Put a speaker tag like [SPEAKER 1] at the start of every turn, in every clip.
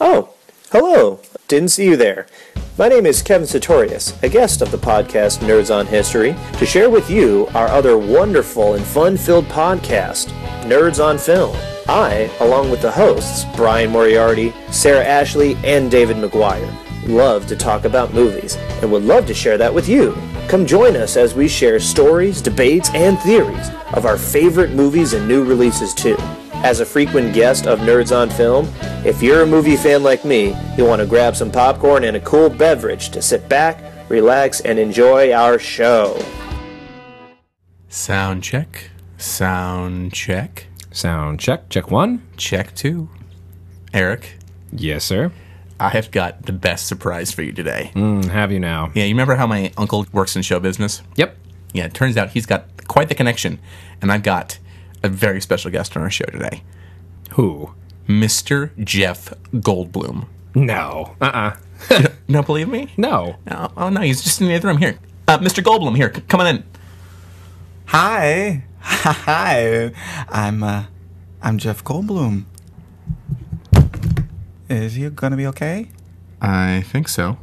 [SPEAKER 1] Oh, Hello, didn't see you there. My name is Kevin Sartorius, a guest of the podcast Nerds on History, to share with you our other wonderful and fun filled podcast, Nerds on Film. I, along with the hosts, Brian Moriarty, Sarah Ashley, and David McGuire, love to talk about movies and would love to share that with you. Come join us as we share stories, debates, and theories of our favorite movies and new releases, too. As a frequent guest of Nerds on Film, if you're a movie fan like me, you'll want to grab some popcorn and a cool beverage to sit back, relax, and enjoy our show.
[SPEAKER 2] Sound check. Sound check.
[SPEAKER 3] Sound check. Check one.
[SPEAKER 2] Check two. Eric,
[SPEAKER 3] Yes, sir.
[SPEAKER 2] I have got the best surprise for you today.
[SPEAKER 3] Mm, Have you now?
[SPEAKER 2] Yeah, you remember how my uncle works in show business?
[SPEAKER 3] Yep.
[SPEAKER 2] Yeah, it turns out he's got quite the connection, and I've got a very special guest on our show today
[SPEAKER 3] Who?
[SPEAKER 2] Mr. Jeff Goldblum.
[SPEAKER 3] No. Uh uh
[SPEAKER 2] No, believe me?
[SPEAKER 3] No.
[SPEAKER 2] No. Oh, no, he's just in the other room here. Uh, Mr. Goldblum, here, c- come on in.
[SPEAKER 4] Hi. Hi. I'm uh I'm Jeff Goldblum. Is you gonna be okay?
[SPEAKER 2] I think so.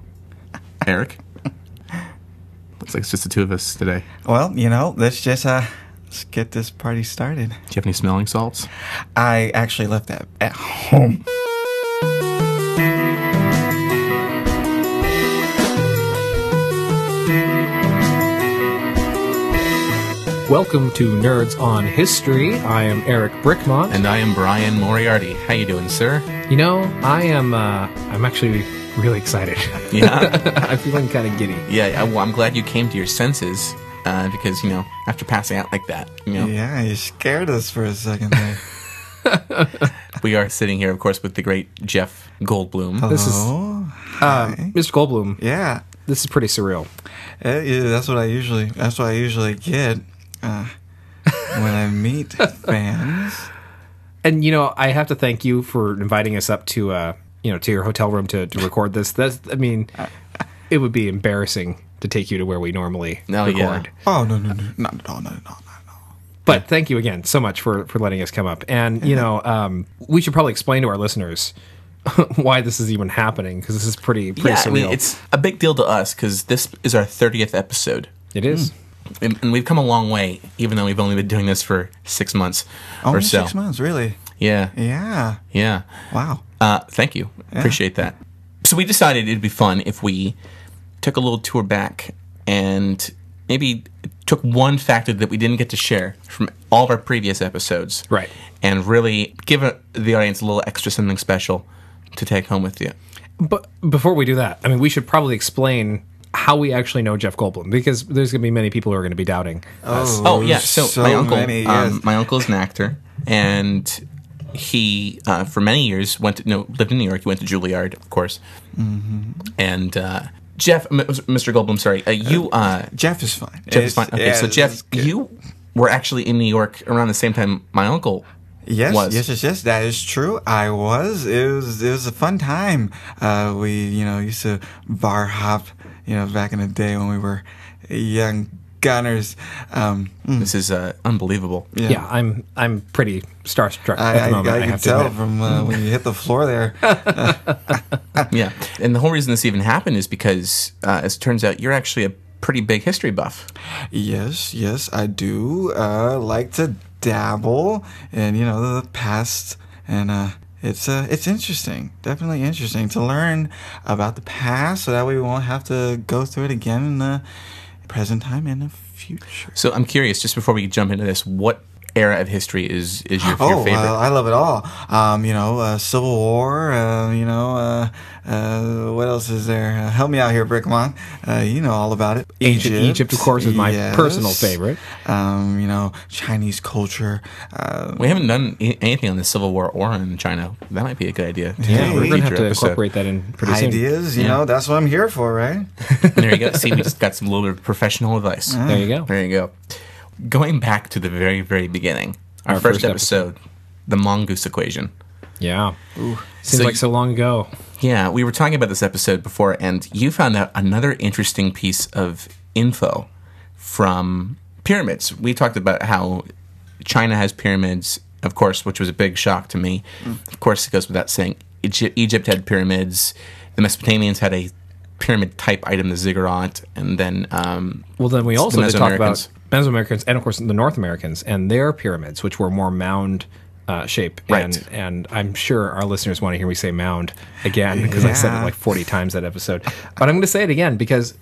[SPEAKER 2] Eric? Looks like it's just the two of us today.
[SPEAKER 4] Well, you know, let's just uh let's get this party started.
[SPEAKER 2] Do you have any smelling salts?
[SPEAKER 4] I actually left that at home.
[SPEAKER 3] Welcome to Nerds on History. I am Eric Brickmont.
[SPEAKER 2] And I am Brian Moriarty. How you doing, sir?
[SPEAKER 3] you know, I am, uh, I'm actually really excited.
[SPEAKER 2] Yeah,
[SPEAKER 3] I'm feeling kind of giddy.
[SPEAKER 2] yeah. I- Well, I'm glad you came to your senses uh, because you know after passing out like that, you know,
[SPEAKER 4] Yeah, you scared us for a second there.
[SPEAKER 2] we are sitting here, of course, with the great Jeff Goldblum.
[SPEAKER 3] This is,
[SPEAKER 4] oh,
[SPEAKER 3] um, Mr. Goldblum,
[SPEAKER 4] yeah.
[SPEAKER 3] this is pretty surreal.
[SPEAKER 4] Uh, yeah, that's what I usually that's what I usually get uh, when I meet fans.
[SPEAKER 3] And, you know, I have to thank you for inviting us up to, uh, you know, to your hotel room to, to record this. That's, I mean, it would be embarrassing to take you to where we normally
[SPEAKER 2] No,
[SPEAKER 3] record.
[SPEAKER 2] yeah.
[SPEAKER 4] Oh no no no not at all no no no no.
[SPEAKER 3] But thank you again so much for for letting us come up. And you know, um, we should probably explain to our listeners why this is even happening because this is pretty pretty
[SPEAKER 2] yeah,
[SPEAKER 3] surreal.
[SPEAKER 2] I mean, it's a big deal to us because this is our thirtieth episode,
[SPEAKER 3] It is.
[SPEAKER 2] and, and we've come a long way, even though we've only been doing this for six months or
[SPEAKER 4] Only
[SPEAKER 2] so.
[SPEAKER 4] six months, really?
[SPEAKER 2] Yeah,
[SPEAKER 4] Yeah.
[SPEAKER 2] yeah.
[SPEAKER 4] Wow.
[SPEAKER 2] Uh, thank you. Appreciate that. So we decided it'd be fun if we took a little tour back and maybe took one factor that we didn't get to share from all of our previous episodes.
[SPEAKER 3] Right.
[SPEAKER 2] And really give uh the audience a little extra something special to take home with you.
[SPEAKER 3] But before we do that, I mean, we should probably explain how we actually know Jeff Goldblum because there's going to be many people who are going to be doubting. us.
[SPEAKER 2] Oh, yeah. So,
[SPEAKER 4] so
[SPEAKER 2] my uncle,
[SPEAKER 4] many,
[SPEAKER 2] um,
[SPEAKER 4] yes.
[SPEAKER 2] my uncle is an actor, and he uh, for many years went to, no lived in New York. He went to Juilliard, of course.
[SPEAKER 4] Mm-hmm.
[SPEAKER 2] And uh, Jeff, M- Mr. Goldblum, sorry, uh, you uh,
[SPEAKER 4] Jeff is fine.
[SPEAKER 2] Jeff is fine. Okay,
[SPEAKER 4] yeah,
[SPEAKER 2] so
[SPEAKER 4] it's-
[SPEAKER 2] Jeff,
[SPEAKER 4] it's good.
[SPEAKER 2] you were actually in New York around the same time my uncle.
[SPEAKER 4] yes,
[SPEAKER 2] was.
[SPEAKER 4] yes, yes, yes. That is true. I was. It was. It was a fun time. Uh, we, you know, used to bar hop. You know, back in the day when we were young gunners. Um, mm,
[SPEAKER 2] This is uh, unbelievable.
[SPEAKER 3] yeah. I'm I'm pretty starstruck at
[SPEAKER 4] I,
[SPEAKER 3] the
[SPEAKER 4] I,
[SPEAKER 3] moment. I,
[SPEAKER 4] I, can
[SPEAKER 3] have to
[SPEAKER 4] tell
[SPEAKER 3] admit.
[SPEAKER 4] from uh, when you hit the floor there.
[SPEAKER 2] Yeah, and the whole reason this even happened is because, uh, as it turns out, you're actually a pretty big history buff.
[SPEAKER 4] Yes, yes, I do uh, like to dabble in you know the past, and uh, it's uh, it's interesting, definitely interesting to learn about the past, so that way we won't have to go through it again in the present time and the future.
[SPEAKER 2] So I'm curious, just before we jump into this, what era of history is is your, your
[SPEAKER 4] Oh,
[SPEAKER 2] favorite?
[SPEAKER 4] uh, I love it all. Um, you know, uh, Civil War. Uh, you know, uh, uh, what else is there? Uh, help me out here, Brickmont. Uh, you know all about it.
[SPEAKER 3] Ancient Egypt, of course, is my personal
[SPEAKER 4] yes.
[SPEAKER 3] favorite.
[SPEAKER 4] Um, you know, Chinese culture. Uh,
[SPEAKER 2] we haven't done i- anything on the Civil War or on China. That might be a good idea. for
[SPEAKER 3] Yeah,
[SPEAKER 2] a
[SPEAKER 3] we're going to have
[SPEAKER 2] future
[SPEAKER 3] to
[SPEAKER 2] episode.
[SPEAKER 3] incorporate that in pretty soon.
[SPEAKER 4] ideas, you
[SPEAKER 2] Yeah.
[SPEAKER 4] know, that's what I'm here for, right?
[SPEAKER 3] Mm-hmm.
[SPEAKER 2] There you go. See, we just got some little bit of professional advice.
[SPEAKER 3] There you go.
[SPEAKER 2] There you go. Going back to the very, very beginning, our,
[SPEAKER 3] Our
[SPEAKER 2] first,
[SPEAKER 3] first
[SPEAKER 2] episode, the mongoose equation.
[SPEAKER 3] Yeah. Seems
[SPEAKER 2] So
[SPEAKER 3] like
[SPEAKER 2] you-
[SPEAKER 3] so long ago.
[SPEAKER 2] Yeah, we were talking about this episode before, and you found out another interesting piece of info from pyramids. We talked about how Mm. China has pyramids, of course, which was a big shock to me. Of course, it goes without saying Egy- Egypt had pyramids. The Mesopotamians had a pyramid type item, the ziggurat, and then um,
[SPEAKER 3] Well, then we
[SPEAKER 2] the
[SPEAKER 3] also did talk about
[SPEAKER 2] Mesoamericans.
[SPEAKER 3] Mesoamericans and, of course, the North Americans and their pyramids, which were more mound uh, shape.
[SPEAKER 2] Right.
[SPEAKER 3] And, and I'm sure our listeners want to hear me say mound again because I said it
[SPEAKER 4] Yeah.
[SPEAKER 3] like 40 times that episode. But I'm going to say it again because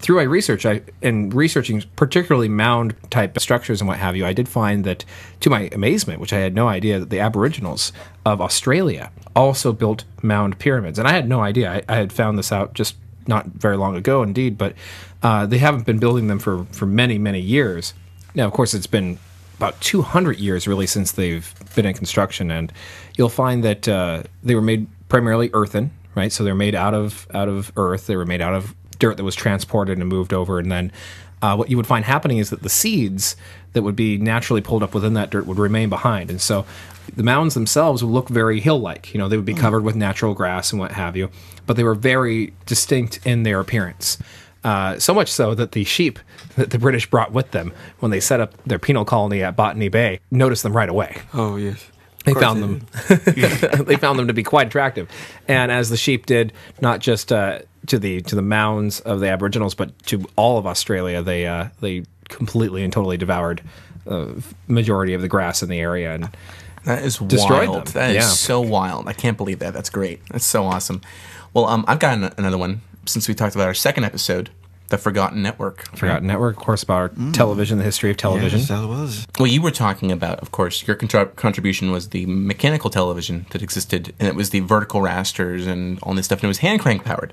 [SPEAKER 3] through my research I, and researching particularly mound type structures and what have you, I did find that, to my amazement, which I had no idea, that the Aboriginals of Australia also built mound pyramids. And I had no idea. I, I had found this out just not very long ago, indeed, but uh, they haven't been building them for, for many, many years. Now, of course, it's been about 200 years really since they've been in construction and you'll find that uh, they were made primarily earthen right so they're made out of out of earth they were made out of dirt that was transported and moved over and then uh, what you would find happening is that the seeds that would be naturally pulled up within that dirt would remain behind and so the mounds themselves would look very hill like you know they would be covered with natural grass and what have you but they were very distinct in their appearance uh, so much so that the sheep that the British brought with them when they set up their penal colony at Botany Bay noticed them right away.
[SPEAKER 4] Oh yes.
[SPEAKER 3] They
[SPEAKER 4] Of course
[SPEAKER 3] found
[SPEAKER 4] it
[SPEAKER 3] them. they found them to be quite attractive, and as the sheep did, not just uh, to the to the mounds of the Aboriginals, but to all of Australia, they uh, they completely and totally devoured uh, majority of the grass in the area. And
[SPEAKER 2] That is
[SPEAKER 3] Destroyed
[SPEAKER 2] wild.
[SPEAKER 3] them,
[SPEAKER 2] That is
[SPEAKER 3] yeah.
[SPEAKER 2] so wild. I can't believe that. That's great. That's so awesome. Well, um, I've got an- another one since we talked about our second episode, the Forgotten Network.
[SPEAKER 3] Forgotten Network, of course, about our television, the history of television.
[SPEAKER 4] Yes, that was.
[SPEAKER 2] Well, you were talking about, of course, your contri- contribution was the mechanical television that existed, and it was the vertical rasters and all this stuff, and it was hand crank powered.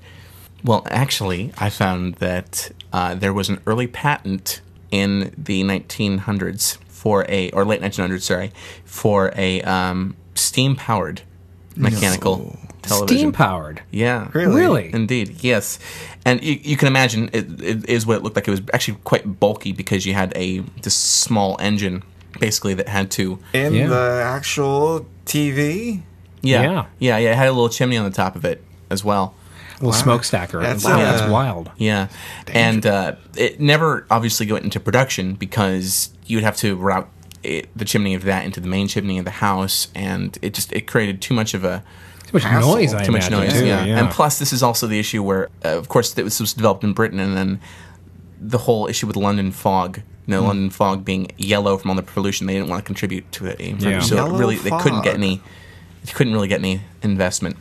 [SPEAKER 2] Well, actually, I found that uh, there was an early patent in the 1900s for a, or late 1900s, sorry, for a um, steam powered mechanical television.
[SPEAKER 3] Steam powered,
[SPEAKER 2] Yeah.
[SPEAKER 4] Really?
[SPEAKER 3] really.
[SPEAKER 2] Indeed, yes. And you, you can imagine it, it is what it looked like. It was actually quite bulky because you had a this small engine basically that had to
[SPEAKER 4] In
[SPEAKER 3] Yeah.
[SPEAKER 4] the actual TV.
[SPEAKER 2] yeah,
[SPEAKER 3] Yeah.
[SPEAKER 2] yeah yeah it had a little chimney on the top of it as well.
[SPEAKER 3] Well, smokestack or
[SPEAKER 4] That's,
[SPEAKER 3] wow,
[SPEAKER 4] uh,
[SPEAKER 3] that's wild.
[SPEAKER 2] Yeah, and uh, it never obviously went into production because you would have to route it, the chimney of that into the main chimney of the house, and it just it created too much of a
[SPEAKER 3] Too much
[SPEAKER 4] Hassle.
[SPEAKER 3] noise. I
[SPEAKER 2] too much
[SPEAKER 3] imagine,
[SPEAKER 2] noise.
[SPEAKER 3] too,
[SPEAKER 2] yeah. and plus this is also the issue where, uh, of course, this was, developed in Britain, and then the whole issue with London fog. You
[SPEAKER 3] Hmm.
[SPEAKER 2] know, London fog being yellow from all the pollution, they didn't want to contribute to it, anymore.
[SPEAKER 3] Yeah.
[SPEAKER 2] so it
[SPEAKER 4] Yellow
[SPEAKER 2] really they couldn't
[SPEAKER 4] fog.
[SPEAKER 2] get any, they couldn't really get any investment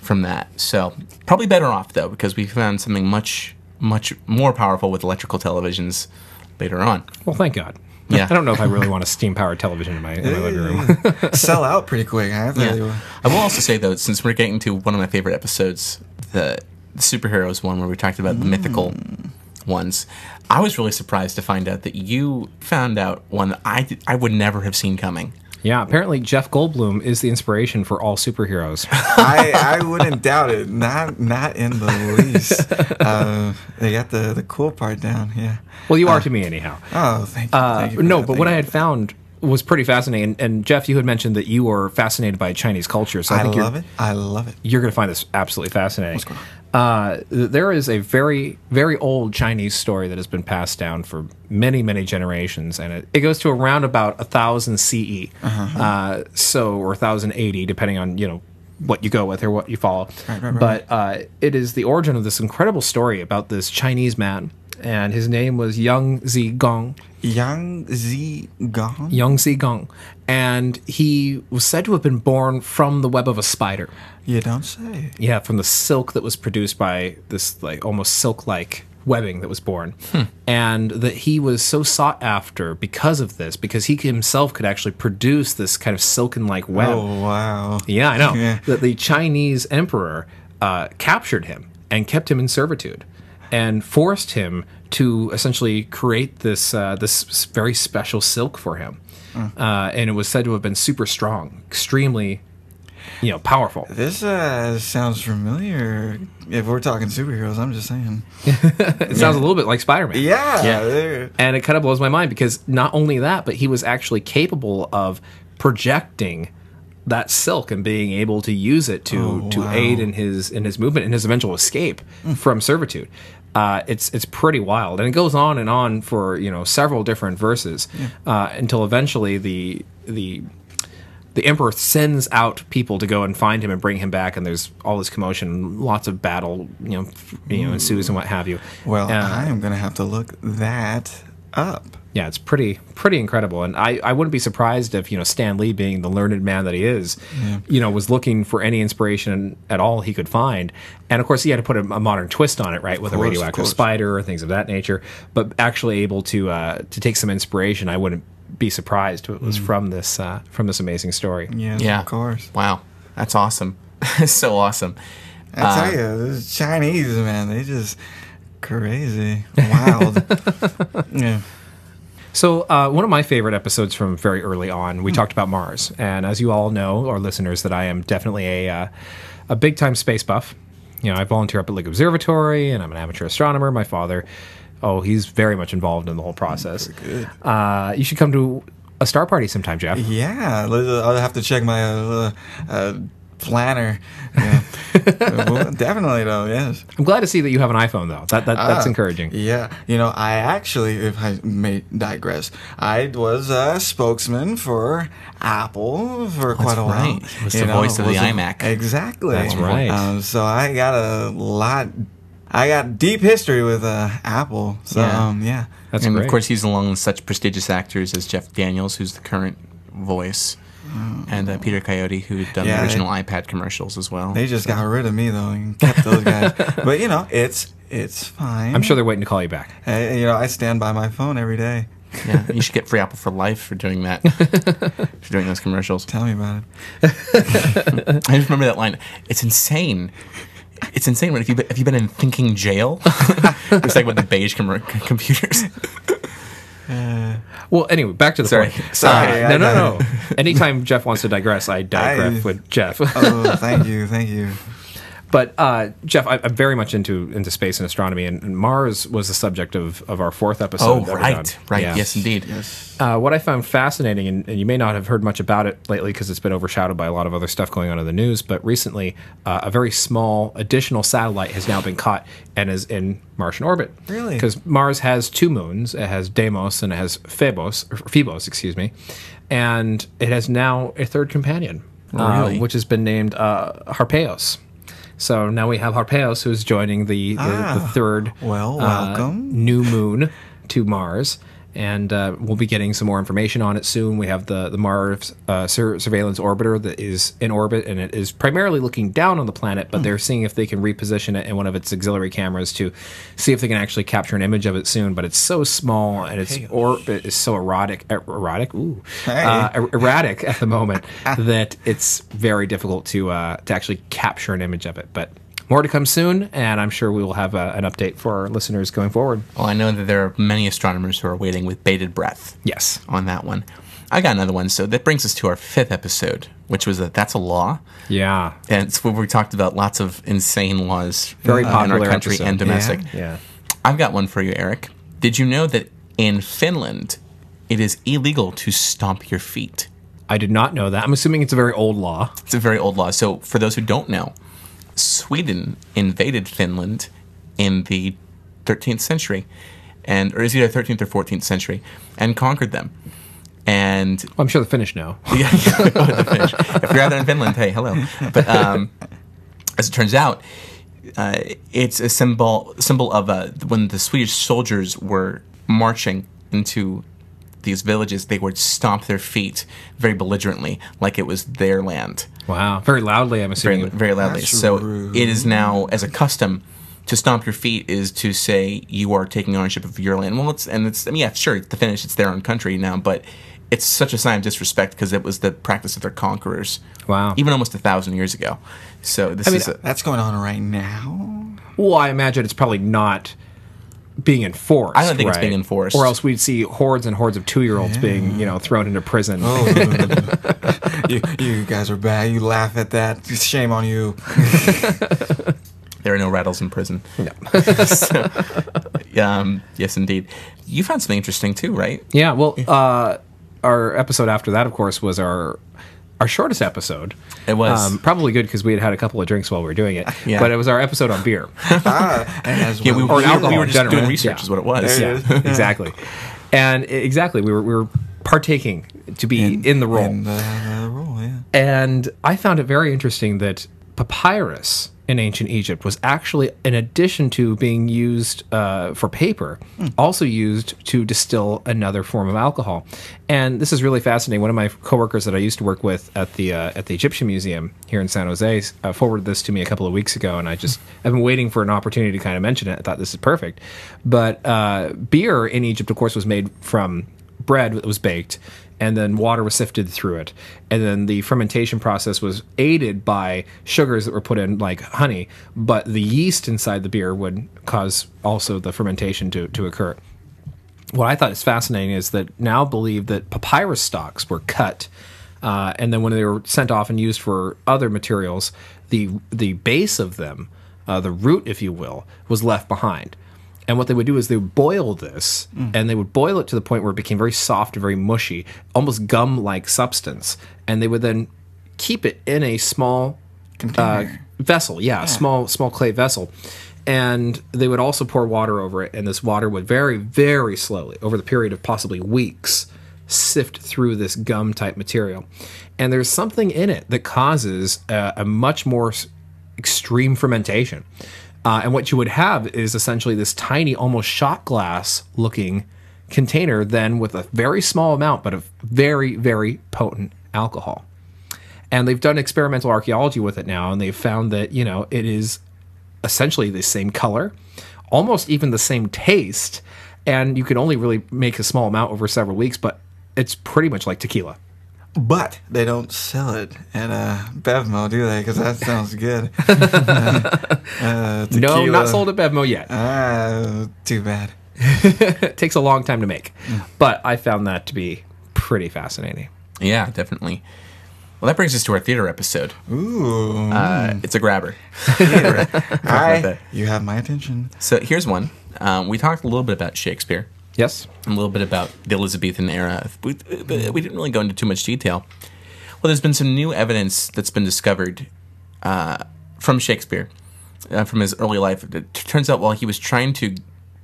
[SPEAKER 2] from that. So probably better off though, because we found something much much more powerful with electrical televisions later on.
[SPEAKER 3] Well, thank God.
[SPEAKER 2] Yeah.
[SPEAKER 3] I don't know if I really want a steam powered television in my, in my living room.
[SPEAKER 4] Sell out pretty quick. I have to tell you.
[SPEAKER 2] Yeah. I will also say though, since we're getting to one of my favorite episodes, the, the superheroes one where we talked about
[SPEAKER 4] Mm.
[SPEAKER 2] the mythical ones, I was really surprised to find out that you found out one that I did- I would never have seen coming.
[SPEAKER 3] yeah, apparently Jeff Goldblum is the inspiration for all superheroes.
[SPEAKER 4] I, I wouldn't doubt it. Not not in the least. Uh, they got the, the cool part down. Yeah.
[SPEAKER 3] Well, you are to me anyhow.
[SPEAKER 4] Oh, thank you.
[SPEAKER 3] Uh,
[SPEAKER 4] thank you for
[SPEAKER 3] no,
[SPEAKER 4] that,
[SPEAKER 3] but
[SPEAKER 4] thank
[SPEAKER 3] what I
[SPEAKER 4] you.
[SPEAKER 3] had found was pretty fascinating. And, and Jeff, you had mentioned that you were fascinated by Chinese culture, so I,
[SPEAKER 4] I
[SPEAKER 3] think you're,
[SPEAKER 4] love it. I love it.
[SPEAKER 3] you're going to find this absolutely fascinating. Uh, th- there is a very, very old Chinese story that has been passed down for many, many generations, and it, it goes to around about 1000 CE, uh, so or 1080, depending on you know what you go with or what you follow. but uh, it is the origin of this incredible story about this Chinese man, and his name was Yang Zigong.
[SPEAKER 4] Yang Zi Gong.
[SPEAKER 3] Yang Zigong, and he was said to have been born from the web of a spider.
[SPEAKER 4] You don't say.
[SPEAKER 3] Yeah, from the silk that was produced by this like almost silk-like webbing that was born,
[SPEAKER 4] Hmm.
[SPEAKER 3] and that he was so sought after because of this, because he himself could actually produce this kind of silken-like web.
[SPEAKER 4] Oh wow.
[SPEAKER 3] Yeah, I know.
[SPEAKER 4] Yeah.
[SPEAKER 3] That the Chinese emperor uh, captured him and kept him in servitude and forced him to essentially create this uh, this s- very special silk for him.
[SPEAKER 4] Hmm.
[SPEAKER 3] Uh, and it was said to have been super strong, extremely, you know, powerful.
[SPEAKER 4] This uh, sounds familiar. If we're talking superheroes, I'm just saying.
[SPEAKER 3] It sounds a little bit like Spider-Man.
[SPEAKER 4] Yeah.
[SPEAKER 2] Yeah.
[SPEAKER 4] they're-
[SPEAKER 3] And it kind of blows my mind because not only that, but he was actually capable of projecting that silk and being able to use it to to
[SPEAKER 4] Oh, wow. Mm.
[SPEAKER 3] aid in his in his movement and his eventual escape from servitude. Uh, it's it's pretty wild, and it goes on and on for you know several different verses uh, until eventually the the the emperor sends out people to go and find him and bring him back, and there's all this commotion, lots of battle, you know, f- you know, ensues and what have you.
[SPEAKER 4] Well,
[SPEAKER 3] Uh,
[SPEAKER 4] I am gonna have to look that up.
[SPEAKER 3] yeah, it's pretty pretty incredible, and I, I wouldn't be surprised if you know Stan Lee, being the learned man that he is, you know, was looking for any inspiration at all he could find, and of course he had to put a, a modern twist on it, right, with
[SPEAKER 4] course,
[SPEAKER 3] a
[SPEAKER 4] of
[SPEAKER 3] radioactive
[SPEAKER 4] course.
[SPEAKER 3] spider or things of that nature, but actually able to uh, to take some inspiration. I wouldn't be surprised if it
[SPEAKER 4] Mm.
[SPEAKER 3] was from this uh, from this amazing story.
[SPEAKER 4] Yes,
[SPEAKER 2] Yeah.
[SPEAKER 4] of course.
[SPEAKER 2] Wow. That's awesome. so awesome.
[SPEAKER 4] I
[SPEAKER 2] Uh,
[SPEAKER 4] tell you, those Chinese man, they just crazy, wild. yeah.
[SPEAKER 3] So, uh, one of my favorite episodes from very early on, we talked about Mars, and as you all know, our listeners, that I am definitely a uh, a big time space buff. You know, I volunteer up at Lick Observatory, and I'm an amateur astronomer. My father, oh, he's very much involved in the whole process. Uh, you should come to a star party sometime, Jeff.
[SPEAKER 4] Mm-hmm. Yeah, li- I'll have to check my uh, uh, planner. Yeah. Well, definitely, though. Yes.
[SPEAKER 3] I'm glad to see that you have an iPhone, though. That, that that's
[SPEAKER 4] Ah,
[SPEAKER 3] encouraging.
[SPEAKER 4] Yeah, you know, I actually, if I may digress, I was a spokesman for Apple for quite a while.
[SPEAKER 2] right. He was
[SPEAKER 4] You
[SPEAKER 2] the voice of the
[SPEAKER 4] was
[SPEAKER 2] iMac.
[SPEAKER 4] Exactly.
[SPEAKER 3] That's right.
[SPEAKER 4] Um, so I got a lot. I got deep history with uh, Apple. So
[SPEAKER 2] Yeah.
[SPEAKER 4] yeah. Um, yeah.
[SPEAKER 3] That's
[SPEAKER 2] and
[SPEAKER 3] great.
[SPEAKER 2] of course, he's along with such prestigious actors as Jeff Daniels, who's the current voice, and uh, Peter Coyote, who'd done
[SPEAKER 4] Mm. Yeah,
[SPEAKER 2] the
[SPEAKER 4] they-
[SPEAKER 2] original iPad commercials as well.
[SPEAKER 4] They just got rid of me though and kept those guys. but you know, it's it's fine.
[SPEAKER 3] I'm sure they're waiting to call you back.
[SPEAKER 4] Hey, you know, I stand by my phone every day.
[SPEAKER 2] yeah, you should get free Apple for life for doing that, for doing those commercials.
[SPEAKER 4] Tell me about it.
[SPEAKER 2] I just remember that line. It's insane. It's insane. But if you have you been in thinking jail? it's like with the beige com- computers.
[SPEAKER 3] Well, anyway, back to the
[SPEAKER 2] Sorry.
[SPEAKER 3] point.
[SPEAKER 4] Sorry,
[SPEAKER 3] Uh,
[SPEAKER 4] I
[SPEAKER 3] no, no, no.
[SPEAKER 4] know.
[SPEAKER 3] Anytime Jeff wants to digress, I digress with Jeff.
[SPEAKER 4] Oh, thank you, thank you.
[SPEAKER 3] But uh, Jeff, I, I'm very much into into space and astronomy, and, and Mars was the subject of, of our fourth episode.
[SPEAKER 2] Oh,
[SPEAKER 3] that we
[SPEAKER 2] right,
[SPEAKER 3] done.
[SPEAKER 2] right.
[SPEAKER 3] Yeah.
[SPEAKER 2] Yes, indeed.
[SPEAKER 3] Uh, what I found fascinating, and, and you may not have heard much about it lately because it's been overshadowed by a lot of other stuff going on in the news, but recently uh, a very small additional satellite has now been caught and is in Martian orbit.
[SPEAKER 4] Really?
[SPEAKER 3] Because Mars has two moons. It has Deimos and it has Phobos, or Phobos, excuse me, and it has now a third companion, uh,
[SPEAKER 2] Really?
[SPEAKER 3] which has been named uh, Harpeos. So now we have Harpeos, who's joining the, the, the
[SPEAKER 4] Ah.
[SPEAKER 3] third
[SPEAKER 4] Well,
[SPEAKER 3] uh,
[SPEAKER 4] welcome.
[SPEAKER 3] new moon to Mars, and uh, we'll be getting some more information on it soon. We have the the Mars uh, sur- surveillance orbiter that is in orbit, and it is primarily looking down on the planet, but they're seeing if they can reposition it in one of its auxiliary cameras to see if they can actually capture an image of it soon. But it's so small, and its orbit is so erotic, er- erotic, ooh, uh, er- erratic at the moment that it's very difficult to uh, to actually capture an image of it. But more to come soon, and I'm sure we will have uh an update for our listeners going forward.
[SPEAKER 2] Well, I know that there are many astronomers who are waiting with bated breath.
[SPEAKER 3] Yes.
[SPEAKER 2] on that one. I got another one. So that brings us to our fifth episode, which was that that's a law.
[SPEAKER 3] Yeah.
[SPEAKER 2] And it's where we talked about lots of insane laws uh,
[SPEAKER 3] Very
[SPEAKER 2] in
[SPEAKER 3] popular
[SPEAKER 2] our country
[SPEAKER 3] episode.
[SPEAKER 2] and domestic.
[SPEAKER 3] Yeah.
[SPEAKER 2] I've got one for you, Eric. Did you know that in Finland, it is illegal to stomp your feet?
[SPEAKER 3] I did not know that. I'm assuming it's a very old law.
[SPEAKER 2] It's a very old law. So, for those who don't know, Sweden invaded Finland in the 13th century, and or is it either 13th or 14th century, and conquered them. And
[SPEAKER 3] Well, I'm sure the Finnish know.
[SPEAKER 2] Yeah, yeah, go to the Finnish. If you're out there in Finland, hey, hello. But um, as it turns out, uh, it's a symbol symbol of uh, when the Swedish soldiers were marching into these villages, they would stomp their feet very belligerently, like it was their land,
[SPEAKER 3] Wow. Very loudly, I'm
[SPEAKER 2] very,
[SPEAKER 3] assuming.
[SPEAKER 2] very loudly.
[SPEAKER 4] That's
[SPEAKER 2] so
[SPEAKER 4] rude.
[SPEAKER 2] it is now as a custom. To stomp your feet is to say you are taking ownership of your land. Well, it's and it's I mean, yeah, sure, the Finnish, it's their own country now, but it's such a sign of disrespect because it was the practice of their conquerors
[SPEAKER 3] wow.
[SPEAKER 2] even almost a thousand years ago. So this
[SPEAKER 3] mean,
[SPEAKER 2] is a,
[SPEAKER 4] That's going on right now.
[SPEAKER 3] well, I imagine it's probably not being enforced.
[SPEAKER 2] I don't think it's
[SPEAKER 3] right?
[SPEAKER 2] being enforced.
[SPEAKER 3] Or else we'd see hordes and hordes of two year olds being, you know, thrown into prison.
[SPEAKER 2] Oh.
[SPEAKER 4] you, you guys are bad. You laugh at that. Shame on you.
[SPEAKER 2] there are no rattles in prison. No. so, um, yes, indeed. You found something interesting too, right?
[SPEAKER 3] Yeah, well, uh, our episode after that, of course, was our our shortest episode. Um,
[SPEAKER 2] It was.
[SPEAKER 3] probably good because we had had a couple of drinks while we were doing it.
[SPEAKER 2] Yeah.
[SPEAKER 3] But it was our episode on beer.
[SPEAKER 4] Ah, and as
[SPEAKER 2] Yeah, we,
[SPEAKER 4] well-
[SPEAKER 2] we, were-
[SPEAKER 3] alcohol
[SPEAKER 2] we were
[SPEAKER 3] in
[SPEAKER 2] just
[SPEAKER 3] general.
[SPEAKER 2] doing research,
[SPEAKER 3] Yeah.
[SPEAKER 2] is what it was.
[SPEAKER 4] There it
[SPEAKER 3] yeah,
[SPEAKER 4] is. Yeah.
[SPEAKER 3] exactly. e, And i- exactly, we were we were partaking to be in, the role.
[SPEAKER 4] And, uh, the rule, yeah.
[SPEAKER 3] And I found it very interesting that papyrus in ancient Egypt was actually, in addition to being used uh, for paper, also used to distill another form of alcohol. And this is really fascinating. One of my coworkers that I used to work with at the uh, at the Egyptian Museum here in San Jose uh, forwarded this to me a couple of weeks ago, and I just I've been waiting for an opportunity to kind of mention it. I thought this is perfect. But uh, beer in Egypt, of course, was made from bread that was baked and then water was sifted through it and then the fermentation process was aided by sugars that were put in like honey but the yeast inside the beer would cause also the fermentation to, to occur what i thought is fascinating is that now believe that papyrus stalks were cut uh, and then when they were sent off and used for other materials the the base of them uh, the root if you will was left behind and what they would do is they would boil this and they would boil it to the point where it became very soft and very mushy, almost gum like substance. And they would then keep it in a small uh,
[SPEAKER 4] Container.
[SPEAKER 3] vessel, yeah, a small, small clay vessel. And they would also pour water over it. And this water would very, very slowly, over the period of possibly weeks, sift through this gum type material. And there's something in it that causes uh, a much more s- extreme fermentation. Uh, and what you would have is essentially this tiny, almost shot glass looking container, then with a very small amount, but a very, very potent alcohol. And they've done experimental archaeology with it now, and they've found that, you know, it is essentially the same color, almost even the same taste. And you can only really make a small amount over several weeks, but it's pretty much like tequila.
[SPEAKER 4] But they don't sell it at uh, Bevmo, do they? Because that sounds good. uh,
[SPEAKER 3] No,
[SPEAKER 4] tequila.
[SPEAKER 3] not sold at Bevmo yet.
[SPEAKER 4] Ah, too bad.
[SPEAKER 3] It takes a long time to make,
[SPEAKER 4] Mm.
[SPEAKER 3] but I found that to be pretty fascinating.
[SPEAKER 2] Yeah, definitely. Well, that brings us to our theater episode.
[SPEAKER 4] Ooh.
[SPEAKER 2] Uh, it's a grabber.
[SPEAKER 4] Hi. You have my attention.
[SPEAKER 2] So here's one. Um, we talked a little bit about Shakespeare,
[SPEAKER 3] Yes.
[SPEAKER 2] and a little bit about the Elizabethan era. We, but we didn't really go into too much detail. Well, there's been some new evidence that's been discovered uh, from Shakespeare, uh, from his early life. It t- turns out while he was trying to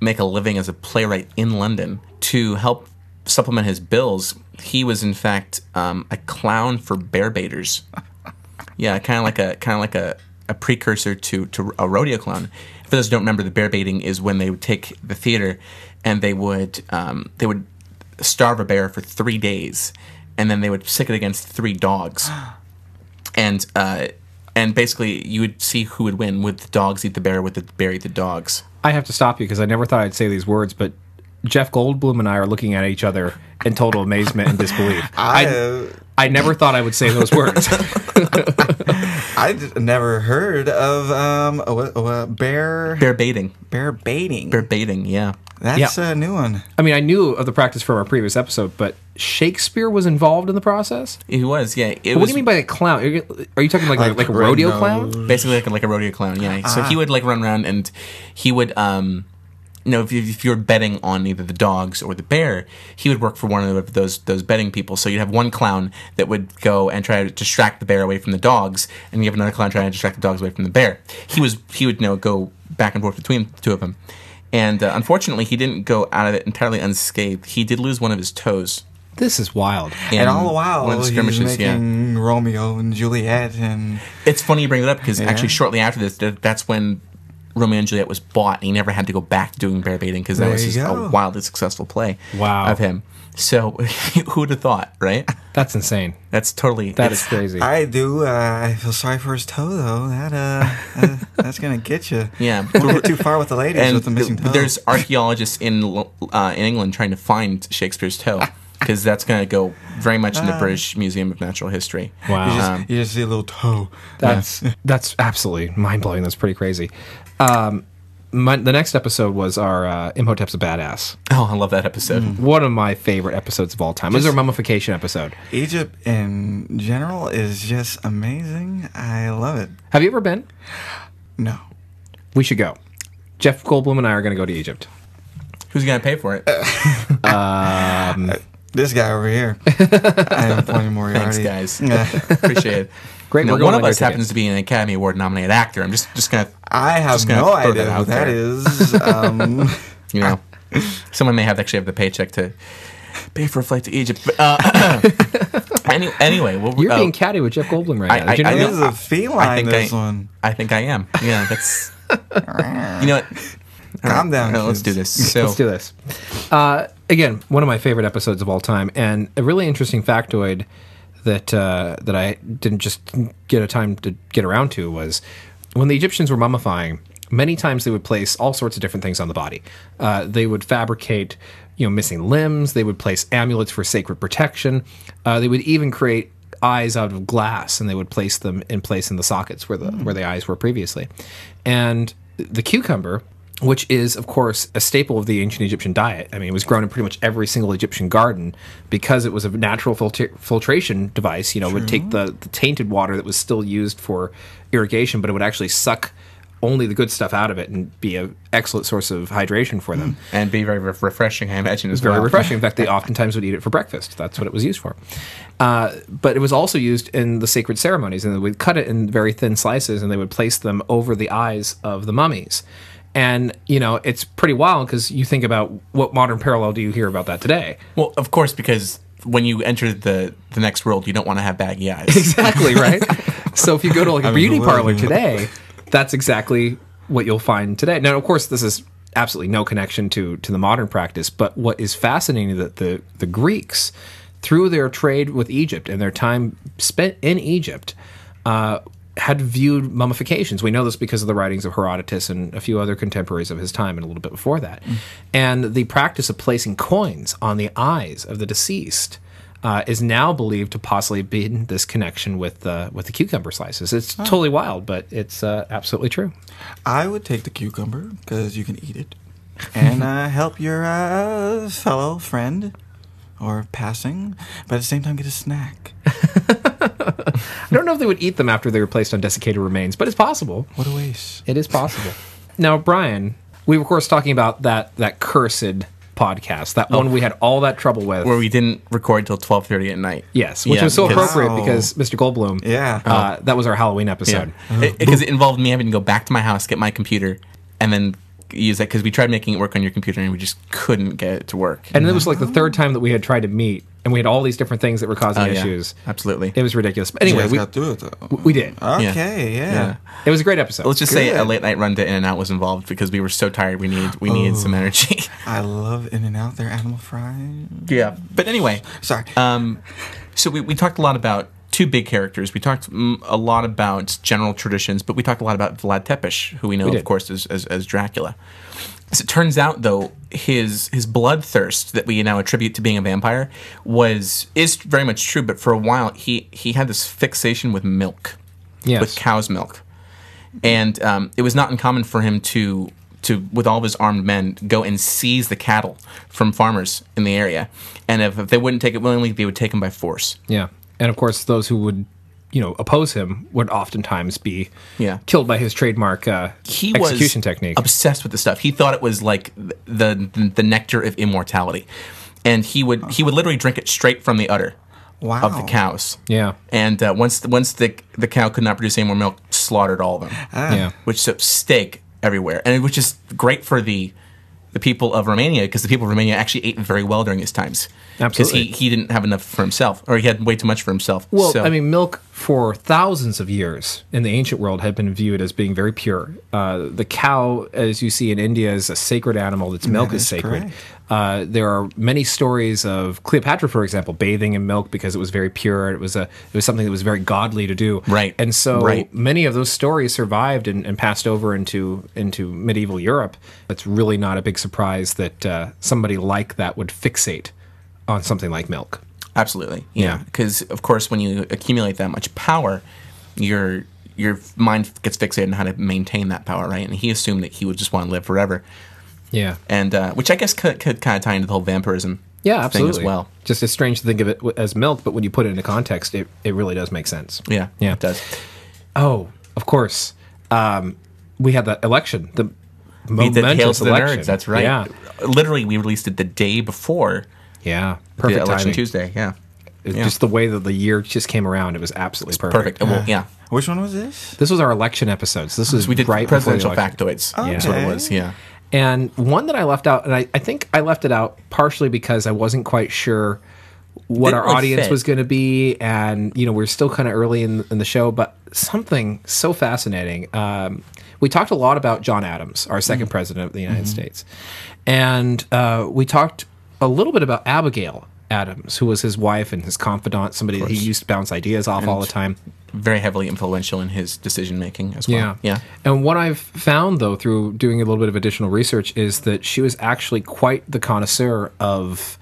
[SPEAKER 2] make a living as a playwright in London to help supplement his bills, he was in fact um, a clown for bear baiters. Yeah, kind of like a kind of like a, a precursor to to a rodeo clown. For those who don't remember, the bear baiting is when they would take the theater and they would um, they would starve a bear for three days, and then they would stick it against three dogs, and uh, and basically you would see who would win. Would the dogs eat the bear? Would the bear eat the dogs?
[SPEAKER 3] I have to stop you because I never thought I'd say these words, but Jeff Goldblum and I are looking at each other in total amazement and disbelief. I,
[SPEAKER 4] I uh,
[SPEAKER 3] I never thought I would say those words.
[SPEAKER 4] I d- never heard of um a, wha- a bear
[SPEAKER 2] Bear baiting,
[SPEAKER 4] bear baiting.
[SPEAKER 2] bear baiting. Yeah,
[SPEAKER 4] That's
[SPEAKER 3] Yeah.
[SPEAKER 4] a new one.
[SPEAKER 3] I mean, I knew of the practice from our previous episode, but Shakespeare was involved in the process.
[SPEAKER 2] it was. Yeah, it
[SPEAKER 3] What
[SPEAKER 2] was
[SPEAKER 3] do you mean by a clown? Are you, are you talking like like,
[SPEAKER 4] Like
[SPEAKER 3] a rodeo
[SPEAKER 4] Reno.
[SPEAKER 3] clown?
[SPEAKER 2] basically like, like a rodeo clown. Yeah. So
[SPEAKER 4] Ah.
[SPEAKER 2] he would like run around and he would, um, you know, if, you- if you're betting on either the dogs or the bear, he would work for one of those those betting people. So you'd have one clown that would go and try to distract the bear away from the dogs, and you have another clown trying to distract the dogs away from the bear. He was he would you know go back and forth between the two of them, and uh, unfortunately he didn't go out of it entirely unscathed. He did lose one of his toes.
[SPEAKER 3] This is wild.
[SPEAKER 4] And
[SPEAKER 2] in
[SPEAKER 4] all the while,
[SPEAKER 2] one of the
[SPEAKER 4] he's
[SPEAKER 2] skirmishes, yeah.
[SPEAKER 4] making Romeo and Juliet, and
[SPEAKER 2] It's funny you bring that up because actually, shortly after this, th- that's when Romeo and Juliet was bought. And he never had to go back to doing bear baiting because that
[SPEAKER 4] There
[SPEAKER 2] was
[SPEAKER 4] you
[SPEAKER 2] just
[SPEAKER 4] go.
[SPEAKER 2] a wildly successful play
[SPEAKER 3] Wow.
[SPEAKER 2] of him. So who would have thought, right?
[SPEAKER 3] That's insane.
[SPEAKER 2] That's totally
[SPEAKER 3] That is
[SPEAKER 2] it's-
[SPEAKER 3] crazy.
[SPEAKER 4] I do. Uh, I feel sorry for his toe, though. That uh, uh that's gonna get you.
[SPEAKER 2] Yeah.
[SPEAKER 4] don't get too far with the ladies
[SPEAKER 2] and
[SPEAKER 4] with the missing
[SPEAKER 2] th-
[SPEAKER 4] toe.
[SPEAKER 2] there's archaeologists in L- uh, in England trying to find Shakespeare's toe because that's going to go very much in the British Museum of Natural History.
[SPEAKER 3] Wow.
[SPEAKER 4] you just,
[SPEAKER 2] uh-huh.
[SPEAKER 4] you just see a little toe.
[SPEAKER 3] That's that's absolutely mind blowing. That's pretty crazy. Um, my, the next episode was our uh, Imhotep's a badass.
[SPEAKER 2] Oh, I love that episode.
[SPEAKER 3] One of my favorite episodes of all time. it was our mummification episode.
[SPEAKER 4] Egypt in general is just amazing. I love it.
[SPEAKER 3] Have you ever been?
[SPEAKER 4] No.
[SPEAKER 3] We should go. Jeff Goldblum and I are going to go to Egypt.
[SPEAKER 2] Who's going to pay for it?
[SPEAKER 4] This guy over here. I am pointing
[SPEAKER 2] Thanks,
[SPEAKER 4] Moriarty.
[SPEAKER 2] guys.
[SPEAKER 4] Yeah.
[SPEAKER 2] Appreciate it.
[SPEAKER 3] Great,
[SPEAKER 2] Now,
[SPEAKER 3] we're
[SPEAKER 2] one
[SPEAKER 3] going
[SPEAKER 2] of
[SPEAKER 3] on
[SPEAKER 2] us
[SPEAKER 3] your
[SPEAKER 2] happens
[SPEAKER 3] tickets.
[SPEAKER 2] to be an Academy Award nominated actor. I'm just just going to
[SPEAKER 4] I have
[SPEAKER 2] Just gonna
[SPEAKER 4] no
[SPEAKER 2] throw that
[SPEAKER 4] idea who
[SPEAKER 2] out
[SPEAKER 4] that
[SPEAKER 2] there.
[SPEAKER 4] is. Um,
[SPEAKER 2] you know someone may have actually have the paycheck to pay for a flight to Egypt. But, uh, any, anyway, what we-
[SPEAKER 3] You're
[SPEAKER 2] uh,
[SPEAKER 3] being catty with Jeff Goldblum right
[SPEAKER 2] I-
[SPEAKER 3] now. Did you
[SPEAKER 2] I
[SPEAKER 3] know
[SPEAKER 4] It
[SPEAKER 2] know-
[SPEAKER 3] that?
[SPEAKER 4] is a feline, this
[SPEAKER 2] I,
[SPEAKER 4] one.
[SPEAKER 2] I think I am. Yeah, that's. you know what?
[SPEAKER 4] Calm down.
[SPEAKER 2] No, let's do
[SPEAKER 4] kids.
[SPEAKER 2] this. So
[SPEAKER 3] Let's do this. Uh, again, one of my favorite episodes of all time, and a really interesting factoid that uh, that I didn't just get a time to get around to was when the Egyptians were mummifying. Many times they would place all sorts of different things on the body. Uh, they would fabricate, you know, missing limbs. They would place amulets for sacred protection. Uh, they would even create eyes out of glass and they would place them in place in the sockets where the where the eyes were previously. And the cucumber, which is of course a staple of the ancient Egyptian diet. I mean, it was grown in pretty much every single Egyptian garden because it was a natural filtra- filtration device, you know, it would take the, the tainted water that was still used for irrigation, but it would actually suck only the good stuff out of it and be an excellent source of hydration for them
[SPEAKER 2] and be very re- refreshing, I imagine, as
[SPEAKER 3] very
[SPEAKER 2] well.
[SPEAKER 3] refreshing. In fact, they oftentimes would eat it for breakfast. That's what it was used for. Uh, but it was also used in the sacred ceremonies, and they would cut it in very thin slices, and they would place them over the eyes of the mummies. And you know, it's pretty wild because you think about what modern parallel do you hear about that today?
[SPEAKER 2] Well, of course, because when you enter the the next world, you don't want to have baggy eyes.
[SPEAKER 3] Exactly right. so if you go to like a
[SPEAKER 4] mean,
[SPEAKER 3] beauty
[SPEAKER 4] the
[SPEAKER 3] parlor
[SPEAKER 4] world, yeah.
[SPEAKER 3] today, that's exactly what you'll find today. Now, of course, this is absolutely no connection to to the modern practice, but what is fascinating that the the Greeks, through their trade with Egypt and their time spent in Egypt, uh, had viewed mummifications. We know this because of the writings of Herodotus and a few other contemporaries of his time, and a little bit before that, and the practice of placing coins on the eyes of the deceased uh, is now believed to possibly be in this connection with the with the cucumber slices. It's totally wild, but it's uh, absolutely true.
[SPEAKER 4] I would take the cucumber because you can eat it and uh, help your uh, fellow friend or passing, but at the same time, get a snack.
[SPEAKER 3] I don't know if they would eat them after they were placed on desiccated remains, but it's possible.
[SPEAKER 4] What a waste.
[SPEAKER 3] It is possible. now, Brian, we were of course talking about that that cursed podcast, that one we had all that trouble with.
[SPEAKER 2] Oh. Where we didn't record till twelve thirty at night.
[SPEAKER 3] yes, which
[SPEAKER 2] Yeah, Oh.
[SPEAKER 3] was so
[SPEAKER 2] because-
[SPEAKER 3] appropriate
[SPEAKER 4] Wow.
[SPEAKER 3] because Mr. Goldblum.
[SPEAKER 4] Yeah.
[SPEAKER 3] uh, that was our Halloween episode.
[SPEAKER 2] because it, involved me having to go back to my house, get my computer, and then use that because we tried making it work on your computer and we just couldn't get it to work.
[SPEAKER 3] And it was like the third time that we had tried to meet, and we had all these different things that were causing
[SPEAKER 2] Oh, yeah.
[SPEAKER 3] issues.
[SPEAKER 2] Absolutely.
[SPEAKER 3] It was ridiculous. But
[SPEAKER 4] you
[SPEAKER 3] anyway,
[SPEAKER 4] guys
[SPEAKER 3] we,
[SPEAKER 4] got through it, though.
[SPEAKER 3] we did.
[SPEAKER 2] Oh.
[SPEAKER 4] Okay, yeah.
[SPEAKER 2] Yeah.
[SPEAKER 3] It was a great episode.
[SPEAKER 2] Let's just say a
[SPEAKER 4] Good.
[SPEAKER 2] late night run to In and Out was involved because we were so tired. We needed we needed some energy.
[SPEAKER 4] I love In and Out, their animal fry.
[SPEAKER 2] yeah. But anyway,
[SPEAKER 4] Sorry.
[SPEAKER 3] Uh,
[SPEAKER 2] Um, so we, we talked a lot about two big characters. We talked mm, a lot about general traditions, but we talked a lot about Vlad Tepish, who we know,
[SPEAKER 3] did.
[SPEAKER 2] of course, as, as, as Dracula. As it turns out, though, his his bloodthirst that we now attribute to being a vampire was is very much true. But for a while, he he had this fixation with milk,
[SPEAKER 3] Yes.
[SPEAKER 2] with cow's milk, and um, it was not uncommon for him to to with all of his armed men go and seize the cattle from farmers in the area, and if, if they wouldn't take it willingly, they would take them by force.
[SPEAKER 3] Yeah, and of course, those who would, you know, oppose him would oftentimes be
[SPEAKER 2] Yeah.
[SPEAKER 3] killed by his trademark uh,
[SPEAKER 2] he
[SPEAKER 3] execution
[SPEAKER 2] was
[SPEAKER 3] technique.
[SPEAKER 2] obsessed with the stuff. He thought it was like th- the the, the nectar of immortality, and he would he would literally drink it straight from the udder
[SPEAKER 4] Wow.
[SPEAKER 2] of the cows.
[SPEAKER 3] Yeah.
[SPEAKER 2] and uh, once the, once the the cow could not produce any more milk, slaughtered all of them,
[SPEAKER 4] Uh,
[SPEAKER 3] yeah,
[SPEAKER 2] which so steak everywhere, and which is great for the the people of Romania because the people of Romania actually ate very well during his times.
[SPEAKER 3] Absolutely.
[SPEAKER 2] because he, he didn't have enough for himself, or he had way too much for himself.
[SPEAKER 3] Well,
[SPEAKER 2] So-
[SPEAKER 3] I mean, milk for thousands of years in the ancient world had been viewed as being very pure. Uh, the cow, as you see in India, is a sacred animal. Its milk is
[SPEAKER 4] is
[SPEAKER 3] sacred.
[SPEAKER 4] correct.
[SPEAKER 3] Uh, there are many stories of Cleopatra, for example, bathing in milk because it was very pure. It was a it was something that was very godly to do.
[SPEAKER 2] Right.
[SPEAKER 3] And so
[SPEAKER 2] Right.
[SPEAKER 3] many of those stories survived and, and passed over into into medieval Europe. It's really not a big surprise that uh, somebody like that would fixate on something like milk.
[SPEAKER 2] Absolutely.
[SPEAKER 3] Yeah.
[SPEAKER 2] Yeah. Because of course, when you accumulate that much power, your your mind gets fixated on how to maintain that power, right? And he assumed that he would just want to live forever,
[SPEAKER 3] Yeah.
[SPEAKER 2] and uh, which I guess could, could kind of tie into the whole vampirism
[SPEAKER 3] Yeah,
[SPEAKER 2] thing
[SPEAKER 3] absolutely.
[SPEAKER 2] as well.
[SPEAKER 3] Just it's strange to think of it w- as milk, but when you put it into context, it, it really does make sense.
[SPEAKER 2] Yeah,
[SPEAKER 3] Yeah.
[SPEAKER 2] it does.
[SPEAKER 3] Oh, of course. Um, we had that election, the
[SPEAKER 2] We did Hail
[SPEAKER 3] momentous
[SPEAKER 2] to the
[SPEAKER 3] election.
[SPEAKER 2] Nerds. That's right.
[SPEAKER 3] Yeah.
[SPEAKER 2] Literally, we released it the day before
[SPEAKER 3] Yeah.
[SPEAKER 2] the
[SPEAKER 3] Perfect
[SPEAKER 2] election
[SPEAKER 3] timing.
[SPEAKER 2] Tuesday. Yeah.
[SPEAKER 3] It's
[SPEAKER 2] Yeah.
[SPEAKER 3] Just the way that the year just came around, it was absolutely perfect.
[SPEAKER 2] Perfect. Well, yeah.
[SPEAKER 4] Which one was this?
[SPEAKER 3] This was our election episode. So this was
[SPEAKER 2] We did
[SPEAKER 3] right before the
[SPEAKER 2] presidential
[SPEAKER 3] election.
[SPEAKER 2] factoids.
[SPEAKER 4] Okay.
[SPEAKER 2] That's what it was. Yeah.
[SPEAKER 3] And one that I left out, and I, I think I left it out partially because I wasn't quite sure what
[SPEAKER 2] Didn't
[SPEAKER 3] our
[SPEAKER 2] really
[SPEAKER 3] audience
[SPEAKER 2] fit.
[SPEAKER 3] was going to be, and you know we're still kind of early in, in the show, but something so fascinating. Um, we talked a lot about John Adams, our 2nd president of the United States, and uh, we talked a little bit about Abigail Adams, who was his wife and his confidant, somebody that he used to bounce ideas off all the time.
[SPEAKER 2] Very heavily influential in his decision making as well.
[SPEAKER 3] Yeah.
[SPEAKER 2] Yeah.
[SPEAKER 3] And what I've found though through doing a little bit of additional research is that she was actually quite the connoisseur of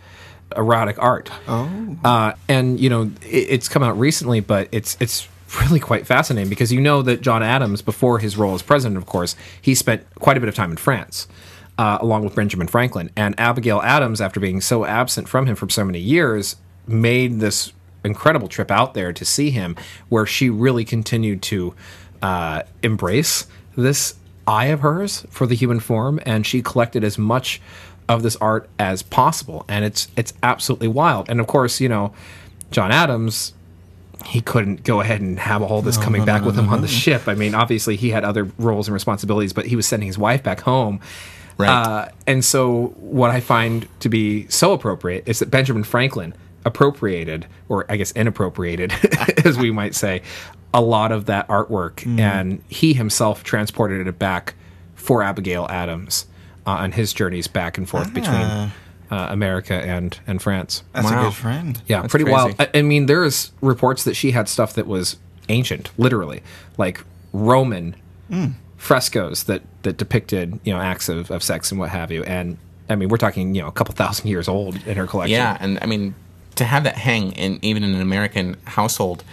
[SPEAKER 3] erotic art. Oh. Uh, and you know, it, it's come out recently, but it's it's really quite fascinating because you know that John Adams, before his role as president, of course, he spent quite a bit of time in France. Uh, along with Benjamin Franklin and Abigail Adams, after being so absent from him for so many years, made this incredible trip out there to see him, where she really continued to uh, embrace this eye of hers for the human form, and she collected as much of this art as possible, and it's it's absolutely wild. And of course, you know, John Adams. He couldn't go ahead and have all this coming back with him on the ship. I mean, obviously, he had other roles and responsibilities, but he was sending his wife back home.
[SPEAKER 2] Right.
[SPEAKER 3] Uh, and so, what I find to be so appropriate is that Benjamin Franklin appropriated, or I guess inappropriated, as we might say, a lot of that artwork, and he himself transported it back for Abigail Adams uh, on his journeys back and forth
[SPEAKER 4] Ah.
[SPEAKER 3] between uh, America and and France.
[SPEAKER 4] That's a
[SPEAKER 2] Wow.
[SPEAKER 4] good friend.
[SPEAKER 3] Yeah,
[SPEAKER 2] That's
[SPEAKER 3] pretty
[SPEAKER 2] crazy.
[SPEAKER 3] wild. I, I mean, there's reports that she had stuff that was ancient, literally, like Roman
[SPEAKER 2] Hmm.
[SPEAKER 3] frescoes that that depicted you know acts of, of sex and what have you. And I mean, we're talking you know a couple thousand years old in her collection.
[SPEAKER 2] Yeah, and I mean, to have that hang in even in an American household,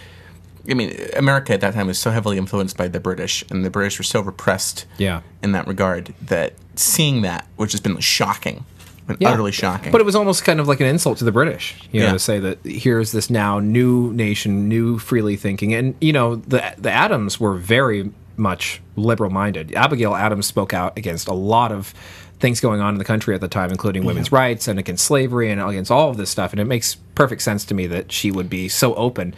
[SPEAKER 2] I mean, America at that time was so heavily influenced by the British, and the British were so repressed,
[SPEAKER 3] Yeah.
[SPEAKER 2] in that regard that seeing that, which has been shocking, been
[SPEAKER 3] Yeah.
[SPEAKER 2] utterly shocking.
[SPEAKER 3] But it was almost kind of like an insult to the British, you know,
[SPEAKER 2] Yeah.
[SPEAKER 3] to say that here's this now new nation, new freely thinking, and you know the the Adams were very much liberal minded. Abigail Adams spoke out against a lot of things going on in the country at the time, including women's rights and against slavery and against all of this stuff. And it makes perfect sense to me that she would be so open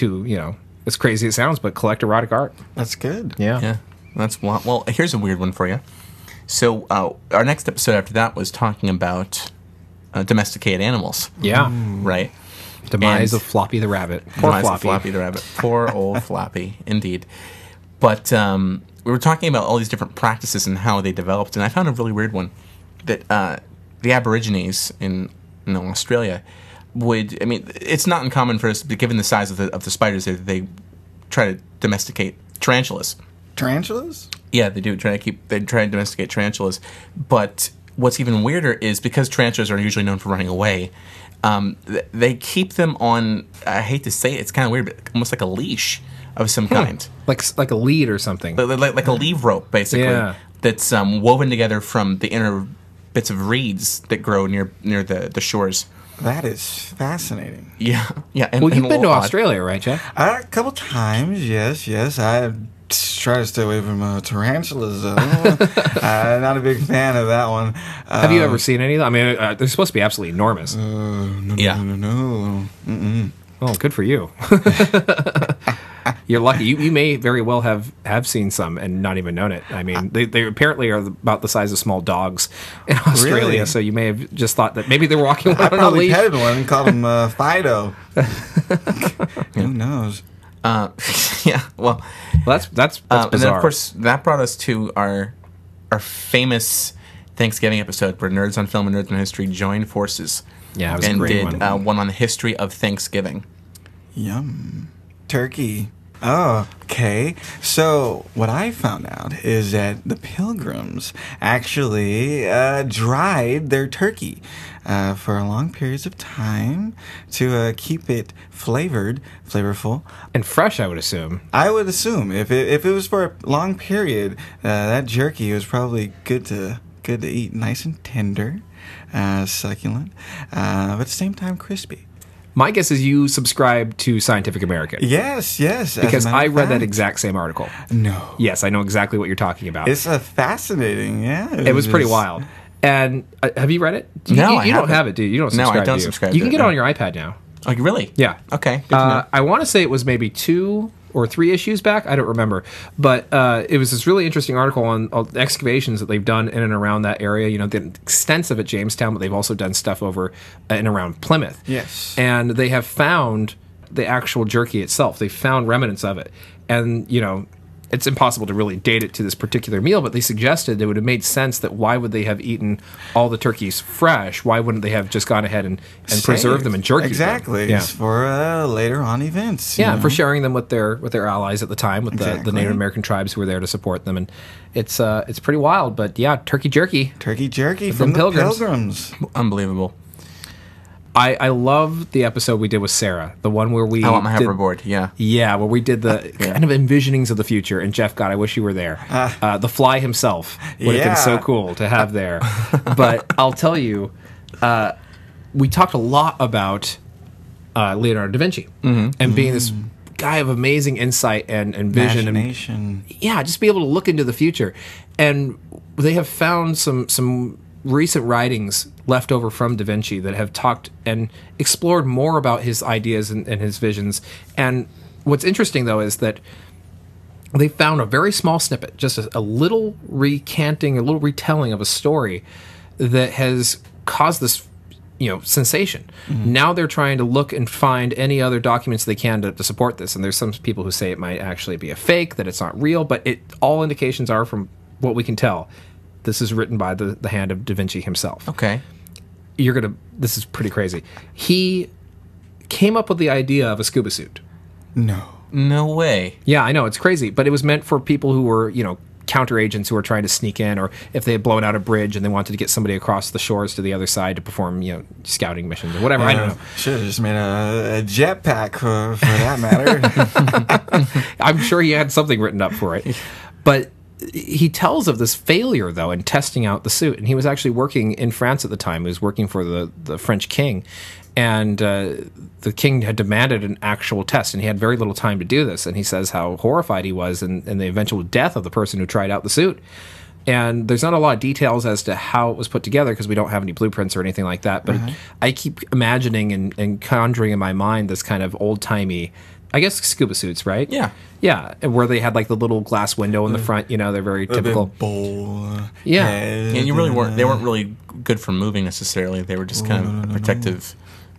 [SPEAKER 3] to you know as crazy as it sounds, but collect erotic art.
[SPEAKER 4] That's good.
[SPEAKER 2] yeah, that's wa- well. Here's a weird one for you. So uh, our next episode after that was talking about uh, domesticated animals,
[SPEAKER 3] yeah.
[SPEAKER 2] right?
[SPEAKER 3] Demise
[SPEAKER 2] Mm. And-
[SPEAKER 3] of Floppy the rabbit. Poor
[SPEAKER 2] Demise of
[SPEAKER 3] Floppy.
[SPEAKER 2] Floppy the rabbit. Poor old Floppy, indeed. But um, we were talking about all these different practices and how they developed, and I found a really weird one that uh, the Aborigines in you know, Australia would. I mean, it's not uncommon for us, given the size of the of the spiders, there, they try to domesticate tarantulas.
[SPEAKER 4] Tarantulas?
[SPEAKER 2] Yeah, they do try to keep they try to domesticate tarantulas. But what's even weirder is because tarantulas are usually known for running away, um, th- they keep them on. I hate to say it, it's kind of weird, but almost like a leash of some kind,
[SPEAKER 3] Like like a lead or something.
[SPEAKER 2] Li- li- like, like a leave rope, basically.
[SPEAKER 3] Yeah.
[SPEAKER 2] That's um, woven together from the inner bits of reeds that grow near near the, the shores.
[SPEAKER 4] That is fascinating.
[SPEAKER 2] Yeah, yeah. And,
[SPEAKER 3] well,
[SPEAKER 2] and
[SPEAKER 3] you've
[SPEAKER 2] a
[SPEAKER 3] been to
[SPEAKER 2] little odd.
[SPEAKER 3] Australia, right, Jeff?
[SPEAKER 4] Uh, a couple times, yes, yes. I try to stay away from uh, tarantulas, though. I'm not a big fan of that one. Uh,
[SPEAKER 3] Have you ever seen any of them? I mean, uh, they're supposed to be absolutely enormous.
[SPEAKER 2] Yeah.
[SPEAKER 4] no, no.
[SPEAKER 3] oh, good for you. You're lucky. You, you may very well have, have seen some and not even known it. I mean, they, they apparently are about the size of small dogs in Australia.
[SPEAKER 4] Really?
[SPEAKER 3] So you may have just thought that maybe they're walking
[SPEAKER 4] I
[SPEAKER 3] around on a
[SPEAKER 4] probably
[SPEAKER 3] leash.
[SPEAKER 4] petted one and called him uh, Fido. Who knows?
[SPEAKER 2] Uh, yeah. Well,
[SPEAKER 3] Well, that's that's, that's
[SPEAKER 2] Um, and
[SPEAKER 3] bizarre.
[SPEAKER 2] then, of course, that brought us to our our famous Thanksgiving episode where Nerds on Film and Nerds on History joined forces.
[SPEAKER 3] Yeah, that was a
[SPEAKER 2] and
[SPEAKER 3] great
[SPEAKER 2] did
[SPEAKER 3] one.
[SPEAKER 2] Uh, one on the history of Thanksgiving.
[SPEAKER 4] Yum. Turkey. Oh, okay. So, what I found out is that the pilgrims actually uh, dried their turkey uh, for long periods of time to uh, keep it flavored, flavorful.
[SPEAKER 3] and fresh, I would assume.
[SPEAKER 4] I would assume if it, if it was for a long period, uh, that jerky was probably good to good to eat, nice and tender, uh, succulent, uh, but at the same time crispy.
[SPEAKER 3] My guess is you subscribe to Scientific American
[SPEAKER 4] Yes, yes. as a
[SPEAKER 3] because
[SPEAKER 4] matter
[SPEAKER 3] I
[SPEAKER 4] of
[SPEAKER 3] read that
[SPEAKER 4] fact.
[SPEAKER 3] exact same article.
[SPEAKER 4] No.
[SPEAKER 3] Yes, I know exactly what you're talking about.
[SPEAKER 4] It's a fascinating, yeah.
[SPEAKER 3] It was pretty
[SPEAKER 4] just-
[SPEAKER 3] wild. And uh, have you read it? You,
[SPEAKER 2] No,
[SPEAKER 3] you,
[SPEAKER 2] I
[SPEAKER 3] you don't
[SPEAKER 2] haven't.
[SPEAKER 3] have it, do you? You don't
[SPEAKER 2] No, I
[SPEAKER 3] subscribe.
[SPEAKER 2] don't
[SPEAKER 3] do you?
[SPEAKER 2] subscribe to
[SPEAKER 3] You can
[SPEAKER 2] it,
[SPEAKER 3] get it
[SPEAKER 2] no.
[SPEAKER 3] on your iPad now.
[SPEAKER 2] Like really?
[SPEAKER 3] Yeah.
[SPEAKER 2] Okay. good to
[SPEAKER 3] Uh,
[SPEAKER 2] know.
[SPEAKER 3] I want to say it was maybe two or three issues back. I don't remember, but uh, it was this really interesting article on all the excavations that they've done in and around that area. You know, the extensive at Jamestown, but they've also done stuff over uh, and around Plymouth.
[SPEAKER 4] Yes.
[SPEAKER 3] and they have found the actual jerky itself. They found remnants of it, and you know. It's impossible to really date it to this particular meal, but they suggested it would have made sense that why would they have eaten all the turkeys fresh? Why wouldn't they have just gone ahead and, and preserved
[SPEAKER 4] Saved.
[SPEAKER 3] them and jerky them?
[SPEAKER 4] Exactly.
[SPEAKER 3] Yeah.
[SPEAKER 4] It's for uh, later on events. you
[SPEAKER 3] Yeah,
[SPEAKER 4] know?
[SPEAKER 3] for sharing them with their with their allies at the time, with the, the
[SPEAKER 4] Exactly.
[SPEAKER 3] Native American tribes who were there to support them, and it's uh it's pretty wild. But yeah, turkey jerky.
[SPEAKER 4] Turkey jerky
[SPEAKER 3] them
[SPEAKER 4] from the
[SPEAKER 3] pilgrims. Uh,
[SPEAKER 4] pilgrims.
[SPEAKER 2] Unbelievable.
[SPEAKER 3] I I love the episode we did with Sarah, the one where we
[SPEAKER 2] I want my
[SPEAKER 3] did-
[SPEAKER 2] hoverboard. Yeah.
[SPEAKER 3] Yeah, where we did the
[SPEAKER 2] Yeah.
[SPEAKER 3] kind of envisionings of the future, and Jeff, God, I wish you were there. Uh, the Fly himself would have
[SPEAKER 4] Ah. Yeah.
[SPEAKER 3] been so cool to have there. but I'll tell you, uh, we talked a lot about uh, Leonardo da Vinci
[SPEAKER 4] Mm-hmm.
[SPEAKER 3] and being this guy of amazing insight and, and vision and
[SPEAKER 4] Imagination.
[SPEAKER 3] yeah, just be able to look into the future. And they have found some some recent writings left over from Da Vinci that have talked and explored more about his ideas and, and his visions. And what's interesting though is that they found a very small snippet, just a, a little recanting, a little retelling of a story that has caused this, you know, sensation. Now they're trying to look and find any other documents they can to, to support this. And there's some people who say it might actually be a fake, that it's not real, but it all indications are from what we can tell. This is written by the, the hand of Da Vinci himself
[SPEAKER 2] Okay.
[SPEAKER 3] you're gonna this is pretty crazy he came up with the idea of a scuba suit
[SPEAKER 4] No.
[SPEAKER 2] No way.
[SPEAKER 3] yeah i know it's crazy but it was meant for people who were you know counter agents who were trying to sneak in or if they had blown out a bridge and they wanted to get somebody across the shores to the other side to perform you know scouting missions or whatever i don't know
[SPEAKER 4] Should have just made a, a jetpack for, for that matter.
[SPEAKER 3] I'm sure he had something written up for it. But he tells of this failure though in testing out the suit, and he was actually working in France at the time. He was working for the the French king, and uh, the king had demanded an actual test, and he had very little time to do this. And he says how horrified he was, and, and the eventual death of the person who tried out the suit. And there's not a lot of details as to how it was put together because we don't have any blueprints or anything like that. But I keep imagining and, and conjuring in my mind this kind of old timey, I guess scuba suits, right?
[SPEAKER 2] Yeah.
[SPEAKER 3] Yeah, and where they had like the little glass window in the front, you know, they're very typical.
[SPEAKER 4] Big bowl. uh,
[SPEAKER 3] Yeah.
[SPEAKER 4] head.
[SPEAKER 2] And you really weren't. They weren't really good for moving necessarily. They were just kind of a protective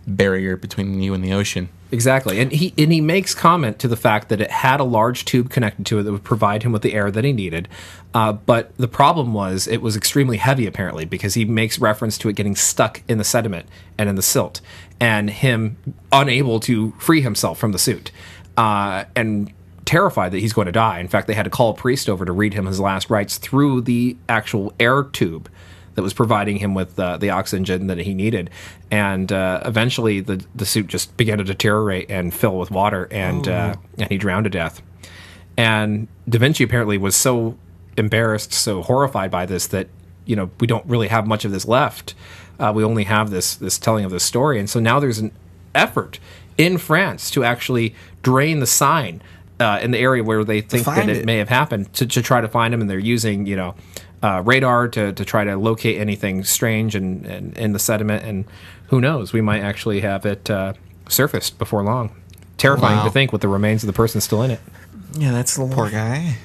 [SPEAKER 2] barrier between you and the ocean.
[SPEAKER 3] Exactly. And he and he makes comment to the fact that it had a large tube connected to it that would provide him with the air that he needed. Uh, but the problem was it was extremely heavy apparently because he makes reference to it getting stuck in the sediment and in the silt and him unable to free himself from the suit. Uh, and terrified that he's going to die. In fact, they had to call a priest over to read him his last rites through the actual air tube that was providing him with uh, the oxygen that he needed. And uh, eventually, the the suit just began to deteriorate and fill with water, and uh, and he drowned to death. And Da Vinci apparently was so embarrassed, so horrified by this that you know we don't really have much of this left. Uh, we only have this this telling of this story, and so now there's an effort in France to actually drain the sign uh, in the area where they think that
[SPEAKER 4] find
[SPEAKER 3] it,
[SPEAKER 4] it.
[SPEAKER 3] may have happened to, to try to find them, and they're using you know uh, radar to, to try to locate anything strange and, and in the sediment, and who knows, we might actually have it uh, surfaced before long. Terrifying
[SPEAKER 2] Wow.
[SPEAKER 3] to think with the remains of the person still in it.
[SPEAKER 2] Yeah, that's a
[SPEAKER 4] Poor guy.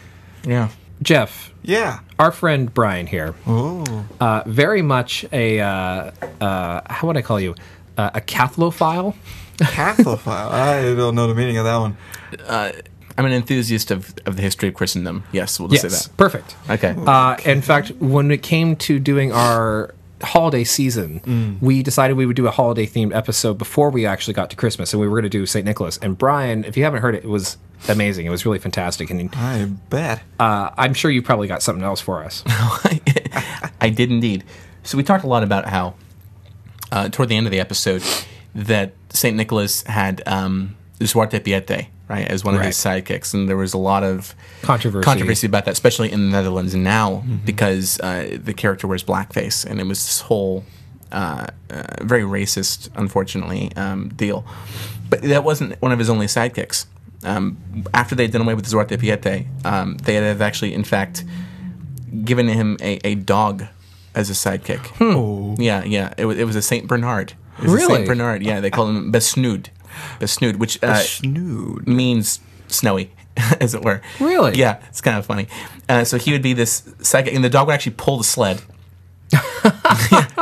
[SPEAKER 2] Yeah.
[SPEAKER 3] Jeff,
[SPEAKER 4] Yeah.
[SPEAKER 3] our friend Brian here,
[SPEAKER 4] Oh.
[SPEAKER 3] uh, very much a uh, uh, how would I call you? Uh, a catholophile.
[SPEAKER 4] Cathlophile. I don't know the meaning of that one.
[SPEAKER 2] I'm an enthusiast of, of the history of Christendom. Yes, we'll just
[SPEAKER 3] Yes,
[SPEAKER 2] say
[SPEAKER 3] perfect.
[SPEAKER 2] that. Okay.
[SPEAKER 3] Uh, in fact, when it came to doing our holiday season,
[SPEAKER 2] Mm.
[SPEAKER 3] we decided we would do a holiday themed episode before we actually got to Christmas, and we were going to do St. Nicholas. And Brian, if you haven't heard it, it was amazing. It was really fantastic, and
[SPEAKER 4] I bet.
[SPEAKER 3] uh, I'm sure you probably got something else for us.
[SPEAKER 2] I did indeed. So we talked a lot about how, uh, toward the end of the episode, that Saint Nicholas had um, Duarte Piete, right, as one of his sidekicks, and there was a lot of
[SPEAKER 3] Controversy.
[SPEAKER 2] controversy about that, especially in the Netherlands now, because uh, the character wears blackface, and it was this whole uh, uh, very racist, unfortunately, um, deal. But that wasn't one of his only sidekicks. Um, after they'd done away with Duarte Piete, um, they had actually, in fact, given him a, a dog as a sidekick. Oh. Yeah, yeah. It was, it was a Saint Bernard. It was A
[SPEAKER 3] Hmm. Really?
[SPEAKER 2] Saint Bernard. Yeah, they call him Besnood. Besnood, which uh,
[SPEAKER 4] Snood.
[SPEAKER 2] means snowy. as it were.
[SPEAKER 3] Really?
[SPEAKER 2] Yeah, it's kind of funny. Uh, so he would be this psychic, and the dog would actually pull the sled.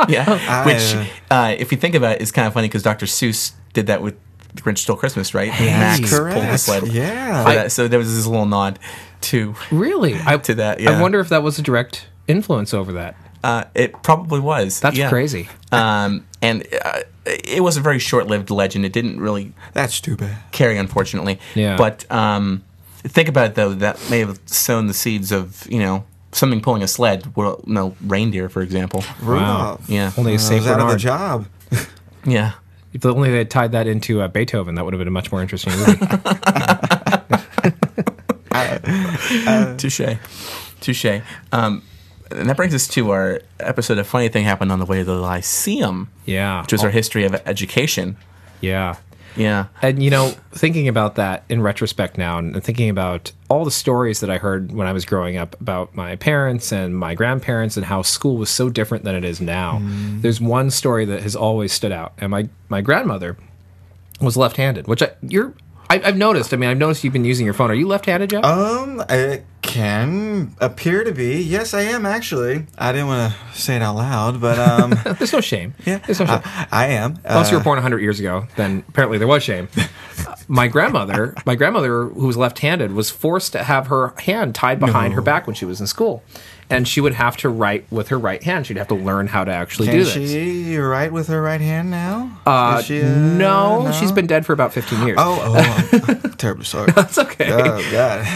[SPEAKER 2] yeah,
[SPEAKER 3] Ah.
[SPEAKER 2] which, uh, if you think about it, is kind of funny because Dr. Seuss did that with The Grinch Stole Christmas, right? Max pulled the
[SPEAKER 4] correct.
[SPEAKER 2] sled.
[SPEAKER 4] Yeah.
[SPEAKER 2] For that. so there was this little nod to
[SPEAKER 3] Really? I,
[SPEAKER 2] To that, yeah.
[SPEAKER 3] I wonder if that was a direct influence over that.
[SPEAKER 2] Uh, it probably was.
[SPEAKER 3] That's
[SPEAKER 2] yeah.
[SPEAKER 3] crazy.
[SPEAKER 2] Um, and uh, it was a very short-lived legend. It didn't really
[SPEAKER 4] That's too bad.
[SPEAKER 2] carry, unfortunately.
[SPEAKER 3] Yeah.
[SPEAKER 2] But um, think about it, though. That may have sown the seeds of you know something pulling a sled. Well, no reindeer, for example.
[SPEAKER 4] Rudolph.
[SPEAKER 2] Yeah.
[SPEAKER 3] Only a
[SPEAKER 4] Uh,
[SPEAKER 3] safe
[SPEAKER 4] was out of the
[SPEAKER 3] Bernard.
[SPEAKER 4] job.
[SPEAKER 2] Yeah.
[SPEAKER 3] If only they had tied that into uh, Beethoven, that would have been a much more interesting movie.
[SPEAKER 2] Touche. Touche. Um, and that brings us to our episode. A funny thing happened on the way to the Lyceum,
[SPEAKER 3] yeah.
[SPEAKER 2] which was our history of education.
[SPEAKER 3] yeah.
[SPEAKER 2] Yeah.
[SPEAKER 3] And you know, thinking about that in retrospect now, and thinking about all the stories that I heard when I was growing up about my parents and my grandparents and how school was so different than it is now. There's one story that has always stood out, and my my grandmother was left-handed, which I you're I, I've noticed. I mean, I've noticed you've been using your phone. Are you left-handed, Jeff?
[SPEAKER 4] Um, it can appear to be. Yes, I am actually. I didn't want to say it out loud, but um,
[SPEAKER 3] There's no shame.
[SPEAKER 4] yeah, Uh,
[SPEAKER 3] There's no shame.
[SPEAKER 4] I, I am.
[SPEAKER 3] Unless you
[SPEAKER 4] Uh,
[SPEAKER 3] were born 100 years ago, then apparently there was shame. my grandmother, my grandmother, who was left-handed, was forced to have her hand tied behind her back when she was in school, and she would have to write with her right hand. She'd have to learn how to actually do
[SPEAKER 4] can
[SPEAKER 3] this.
[SPEAKER 4] she write with her right hand now?
[SPEAKER 3] Uh,
[SPEAKER 4] Is she, uh,
[SPEAKER 3] no, she's been dead for about 15 years.
[SPEAKER 4] Oh, oh, I'm terribly sorry.
[SPEAKER 3] it's okay.
[SPEAKER 4] Oh God.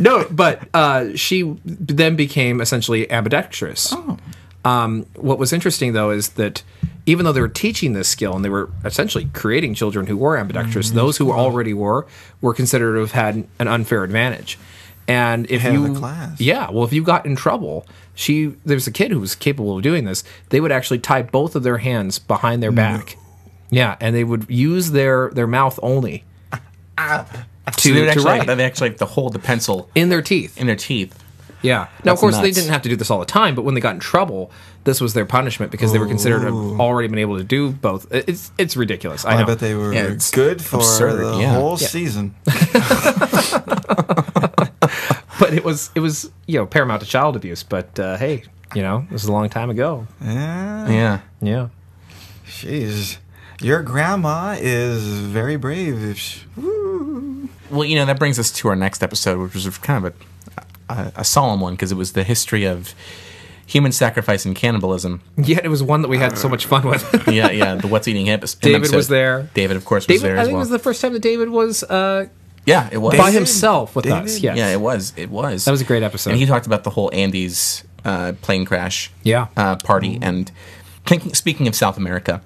[SPEAKER 3] no, but uh, she then became essentially ambidextrous.
[SPEAKER 2] Oh.
[SPEAKER 3] Um, what was interesting though is that even though they were teaching this skill and they were essentially creating children who were ambidextrous,
[SPEAKER 2] Mm-hmm.
[SPEAKER 3] those who already were were considered to have had an unfair advantage. And if
[SPEAKER 4] Head of
[SPEAKER 3] you,
[SPEAKER 4] the class.
[SPEAKER 3] yeah, well, if you got in trouble, she there's a kid who was capable of doing this. They would actually tie both of their hands behind
[SPEAKER 2] Mm.
[SPEAKER 3] their back. Yeah, and they would use their their mouth only
[SPEAKER 2] Ah. So they
[SPEAKER 3] to
[SPEAKER 2] would actually,
[SPEAKER 3] write.
[SPEAKER 2] They actually like to hold the pencil
[SPEAKER 3] in their teeth.
[SPEAKER 2] in their teeth.
[SPEAKER 3] Yeah. Now, of
[SPEAKER 2] That's
[SPEAKER 3] course, they
[SPEAKER 2] nuts.
[SPEAKER 3] didn't have to do this all the time, but when they got in trouble, this was their punishment because they were considered to have already been able to do both. It- It's it's ridiculous. I,
[SPEAKER 4] I,
[SPEAKER 3] know.
[SPEAKER 4] bet they were
[SPEAKER 2] Yeah, it's
[SPEAKER 4] good for
[SPEAKER 2] absurd,
[SPEAKER 4] the
[SPEAKER 2] yeah.
[SPEAKER 4] whole season.
[SPEAKER 3] but it was it was you know paramount to child abuse. But uh, hey, you know this is a long time ago.
[SPEAKER 4] Yeah.
[SPEAKER 2] Yeah.
[SPEAKER 3] Yeah.
[SPEAKER 4] Jeez. Your grandma is very brave. If she,
[SPEAKER 2] Well, you know that brings us to our next episode, which was kind of a a, a solemn one because it was the history of human sacrifice and cannibalism.
[SPEAKER 3] Yet it was one that we had so much fun with.
[SPEAKER 2] yeah, yeah. The what's eating hip.
[SPEAKER 3] David was there.
[SPEAKER 2] David, of course, was
[SPEAKER 3] David,
[SPEAKER 2] there
[SPEAKER 3] I
[SPEAKER 2] as
[SPEAKER 3] think it
[SPEAKER 2] well.
[SPEAKER 3] was the first time that David was uh,
[SPEAKER 2] yeah, it was.
[SPEAKER 3] by
[SPEAKER 4] David-
[SPEAKER 3] himself with us.
[SPEAKER 4] David?
[SPEAKER 3] Yes.
[SPEAKER 2] Yeah, it was. It was.
[SPEAKER 3] That was a great episode.
[SPEAKER 2] And he talked about the whole Andes uh, plane crash.
[SPEAKER 3] Yeah.
[SPEAKER 2] Uh,
[SPEAKER 4] Mm-hmm.
[SPEAKER 2] party and thinking. Speaking of South America,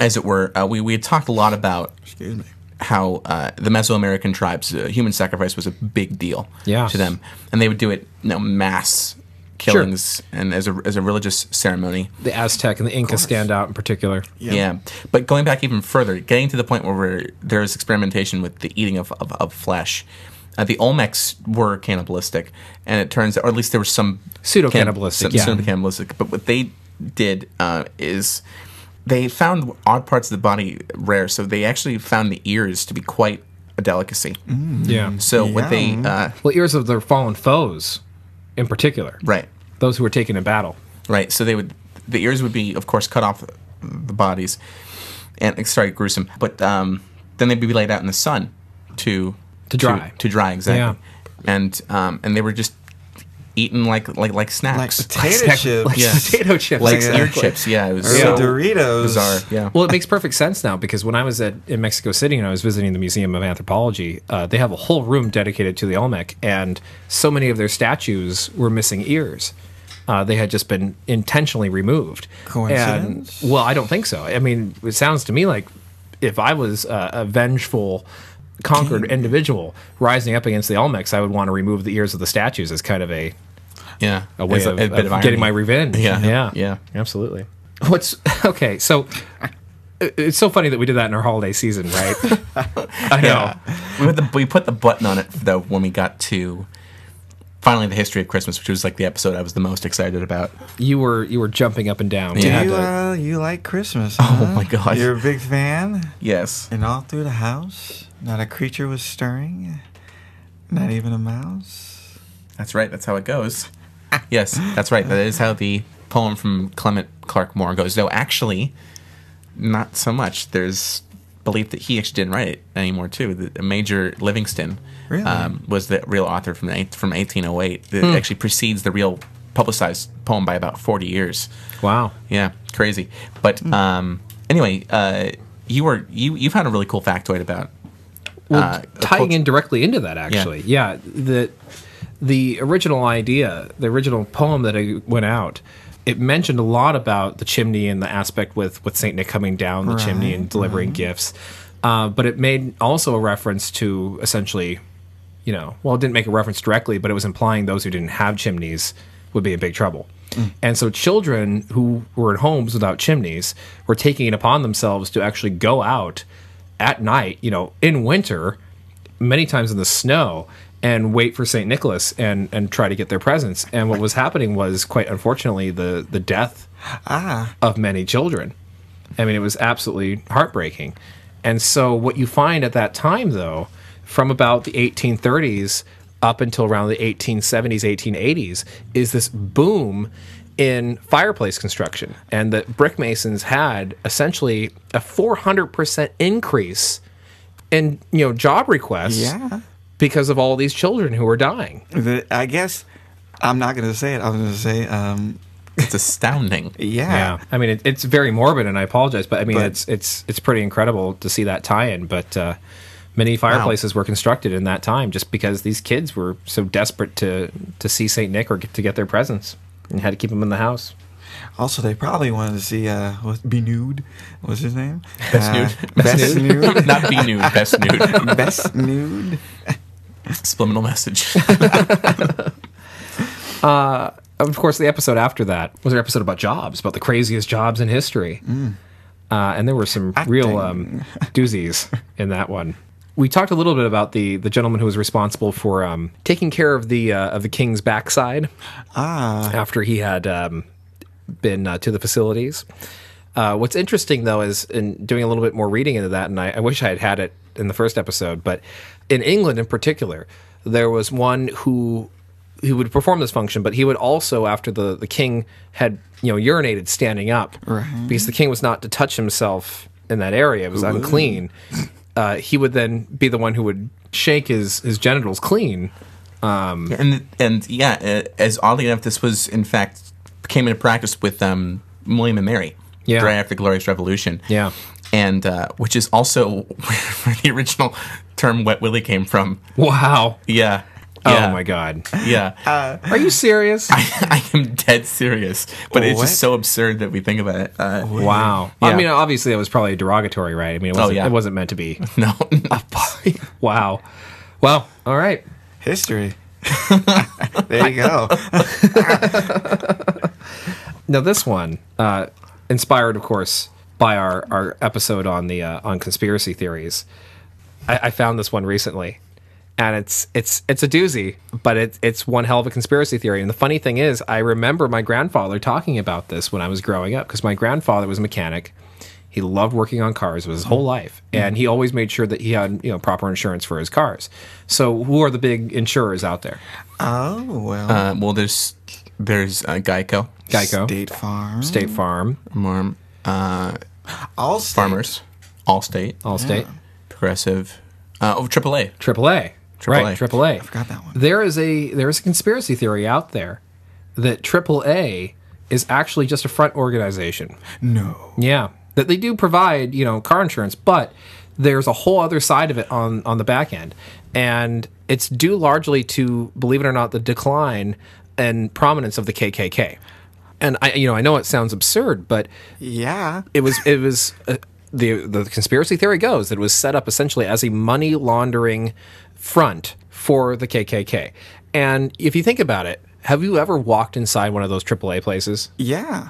[SPEAKER 2] as it were, uh, we we had talked a lot about
[SPEAKER 4] excuse me.
[SPEAKER 2] how uh, the Mesoamerican tribes uh, human sacrifice was a big deal
[SPEAKER 3] Yes.
[SPEAKER 2] to them, and they would do it you know, mass killings and as a as a religious ceremony.
[SPEAKER 3] the Aztec and the Inca stand out in particular.
[SPEAKER 2] Yeah. But going back even further, getting to the point where we're, there is experimentation with the eating of, of, of flesh, uh, the Olmecs were cannibalistic. And it turns out, or at least there was some
[SPEAKER 3] Pseudo-cannibalistic, yeah.
[SPEAKER 2] Pseudo cannibalistic. But what they did uh, is they found odd parts of the body rare. So they actually found the ears to be quite a delicacy.
[SPEAKER 3] Mm, Yeah.
[SPEAKER 2] So what they, uh,
[SPEAKER 3] Well, ears of their fallen foes, in particular.
[SPEAKER 2] right.
[SPEAKER 3] Those who were taken in battle.
[SPEAKER 2] Right. So they would, the ears would be, of course, cut off the bodies, and eh, sorry, gruesome. But um, then they'd be laid out in the sun to
[SPEAKER 3] To dry.
[SPEAKER 2] to, dry exactly. And um, and they were just eaten like like like
[SPEAKER 4] Like
[SPEAKER 2] snacks,
[SPEAKER 4] potato chips.
[SPEAKER 3] Like
[SPEAKER 2] Yes.
[SPEAKER 3] potato chips.
[SPEAKER 2] like
[SPEAKER 4] exactly.
[SPEAKER 2] ear chips. Yeah, it was
[SPEAKER 4] Or
[SPEAKER 3] Yeah.
[SPEAKER 2] so
[SPEAKER 4] Doritos.
[SPEAKER 2] bizarre. Yeah.
[SPEAKER 3] Well, it makes perfect sense now because when I was at in Mexico City and I was visiting the Museum of Anthropology, uh, they have a whole room dedicated to the Olmec, and so many of their statues were missing ears. Uh, they had just been intentionally removed.
[SPEAKER 4] Coincidence?
[SPEAKER 3] And, well, I don't think so. I mean, it sounds to me like if I was uh, a vengeful, conquered individual rising up against the Olmecs, I would want to remove the ears of the statues as kind of a
[SPEAKER 2] yeah,
[SPEAKER 3] a way
[SPEAKER 2] It's
[SPEAKER 3] of, of
[SPEAKER 2] irony.
[SPEAKER 3] getting my revenge.
[SPEAKER 2] Yeah.
[SPEAKER 3] yeah,
[SPEAKER 2] Yeah.
[SPEAKER 3] absolutely. What's okay? So it- it's so funny that we did that in our holiday season, right? I know.
[SPEAKER 2] Yeah. we, put the, we put the button on it though when we got to finally the history of Christmas, which was like the episode I was the most excited about.
[SPEAKER 3] You were you were jumping up and down.
[SPEAKER 2] Yeah.
[SPEAKER 3] You
[SPEAKER 4] You,
[SPEAKER 3] had to-
[SPEAKER 4] uh, you like Christmas? Oh
[SPEAKER 2] my God.
[SPEAKER 4] You're a big fan,
[SPEAKER 2] Yes.
[SPEAKER 4] and all through the house, not a creature was stirring. Not even a mouse.
[SPEAKER 2] That's right. That's how it goes. yes, that's right. That is how the poem from Clement Clark Moore goes. Though actually, not so much. There's belief that he actually didn't write it anymore too. The Major Livingston um,
[SPEAKER 4] Really? Hmm.
[SPEAKER 2] was the real author from the, eight- from 1808. That actually precedes the real publicized poem by about 40 years.
[SPEAKER 3] Wow.
[SPEAKER 2] Yeah, crazy. But
[SPEAKER 4] Hmm.
[SPEAKER 2] um, anyway, uh, you were you you found a really cool factoid about
[SPEAKER 3] Well,
[SPEAKER 2] uh,
[SPEAKER 3] tying
[SPEAKER 2] culture-
[SPEAKER 3] in directly into that, actually, yeah. the the original idea, the original poem that I went out, it mentioned a lot about the chimney and the aspect with with Saint Nick coming down the
[SPEAKER 4] Right,
[SPEAKER 3] chimney and delivering gifts, uh, but it made also a reference to essentially, you know, well, it didn't make a reference directly, but it was implying those who didn't have chimneys would be in big trouble. And so, children who were in homes without chimneys were taking it upon themselves to actually go out at night, you know, in winter, many times in the snow, and wait for Saint Nicholas and and try to get their presents. And what was happening was quite unfortunately the the death of many children. I mean, it was absolutely heartbreaking. And so, what you find at that time, though, from about the 1830s up until around the 1870s, 1880s, is this boom in fireplace construction. And the brick masons had essentially a 400% increase in you know job requests
[SPEAKER 4] Yeah.
[SPEAKER 3] because of all these children who were dying.
[SPEAKER 4] The- I guess I'm not gonna say it. I'm gonna say, um,
[SPEAKER 2] It's astounding.
[SPEAKER 4] yeah.
[SPEAKER 3] I mean, it, it's very morbid, and I apologize, but I mean,
[SPEAKER 4] But-
[SPEAKER 3] it's it's it's pretty incredible to see that tie-in. But uh, many fireplaces were constructed in that time just because these kids were so desperate to to see Saint Nick or get, to get their presents and had to keep them in the house.
[SPEAKER 4] Also, they probably wanted to see uh, what Benude. What's his name?
[SPEAKER 2] Best
[SPEAKER 4] Uh,
[SPEAKER 2] nude.
[SPEAKER 4] Best nude.
[SPEAKER 2] Not be nude, best nude.
[SPEAKER 4] Best nude.
[SPEAKER 2] Subliminal message.
[SPEAKER 3] Of course, the episode after that was an episode about jobs, about the craziest jobs in history, uh, and there were some real um, doozies in that one. We talked a little bit about the the gentleman who was responsible for um, taking care of the uh, of the king's backside.
[SPEAKER 4] Ah,
[SPEAKER 3] after he had um, been uh, to the facilities. Uh, what's interesting though is in doing a little bit more reading into that, and I, I wish I had had it in the first episode, but in England in particular, there was one who who would perform this function, but he would also, after the the king had you know urinated standing up, because the king was not to touch himself in that area; it was unclean. Uh, he would then be the one who would shake his his genitals clean.
[SPEAKER 2] and and yeah, uh, as oddly enough, this was in fact came into practice with um, William and Mary
[SPEAKER 3] Yeah.
[SPEAKER 2] right after the Glorious Revolution.
[SPEAKER 3] Yeah.
[SPEAKER 2] and uh, which is also where the original term "wet willy" came from.
[SPEAKER 3] Wow!
[SPEAKER 2] Yeah. yeah.
[SPEAKER 3] Oh my God!
[SPEAKER 2] Yeah,
[SPEAKER 3] Are you serious?
[SPEAKER 2] I am dead serious, but it's
[SPEAKER 4] What?
[SPEAKER 2] just so absurd that we think about it. Uh,
[SPEAKER 3] Wow. I
[SPEAKER 2] Yeah. Oh,
[SPEAKER 3] mean, obviously that was probably derogatory, right? I mean, it wasn't,
[SPEAKER 2] yeah.
[SPEAKER 3] it wasn't meant to be.
[SPEAKER 2] no,
[SPEAKER 3] wow. Well, all right.
[SPEAKER 4] history. there you go.
[SPEAKER 3] Now this one, uh, inspired, of course, by our, our episode on the uh, on conspiracy theories. I, I found this one recently, and it's it's it's a doozy, but it's it's one hell of a conspiracy theory. And the funny thing is, I remember my grandfather talking about this when I was growing up because my grandfather was a mechanic. He loved working on cars his whole life, and he always made sure that he had you know proper insurance for his cars. So, who are the big insurers out there?
[SPEAKER 4] Oh well.
[SPEAKER 2] uh, well, there's there's uh, Geico,
[SPEAKER 3] Geico, State,
[SPEAKER 4] State
[SPEAKER 3] Farm,
[SPEAKER 4] Farm.
[SPEAKER 2] Marm, uh,
[SPEAKER 4] All state.
[SPEAKER 2] Farmers, Allstate,
[SPEAKER 3] Allstate,
[SPEAKER 2] Progressive, uh, oh, AAA.
[SPEAKER 3] AAA, right?
[SPEAKER 2] AAA.
[SPEAKER 3] AAA.
[SPEAKER 4] Forgot that one.
[SPEAKER 3] there is a there is a conspiracy theory out there that AAA is actually just a front organization.
[SPEAKER 4] No.
[SPEAKER 3] Yeah, that they do provide you know car insurance, but there's a whole other side of it on on the back end, and it's due largely to believe it or not the decline and prominence of the KKK. And I you know I know it sounds absurd, but
[SPEAKER 4] Yeah.
[SPEAKER 3] it was it was uh, the the conspiracy theory goes that it was set up essentially as a money laundering front for the KKK. And if you think about it, have you ever walked inside one of those AAA places?
[SPEAKER 4] Yeah.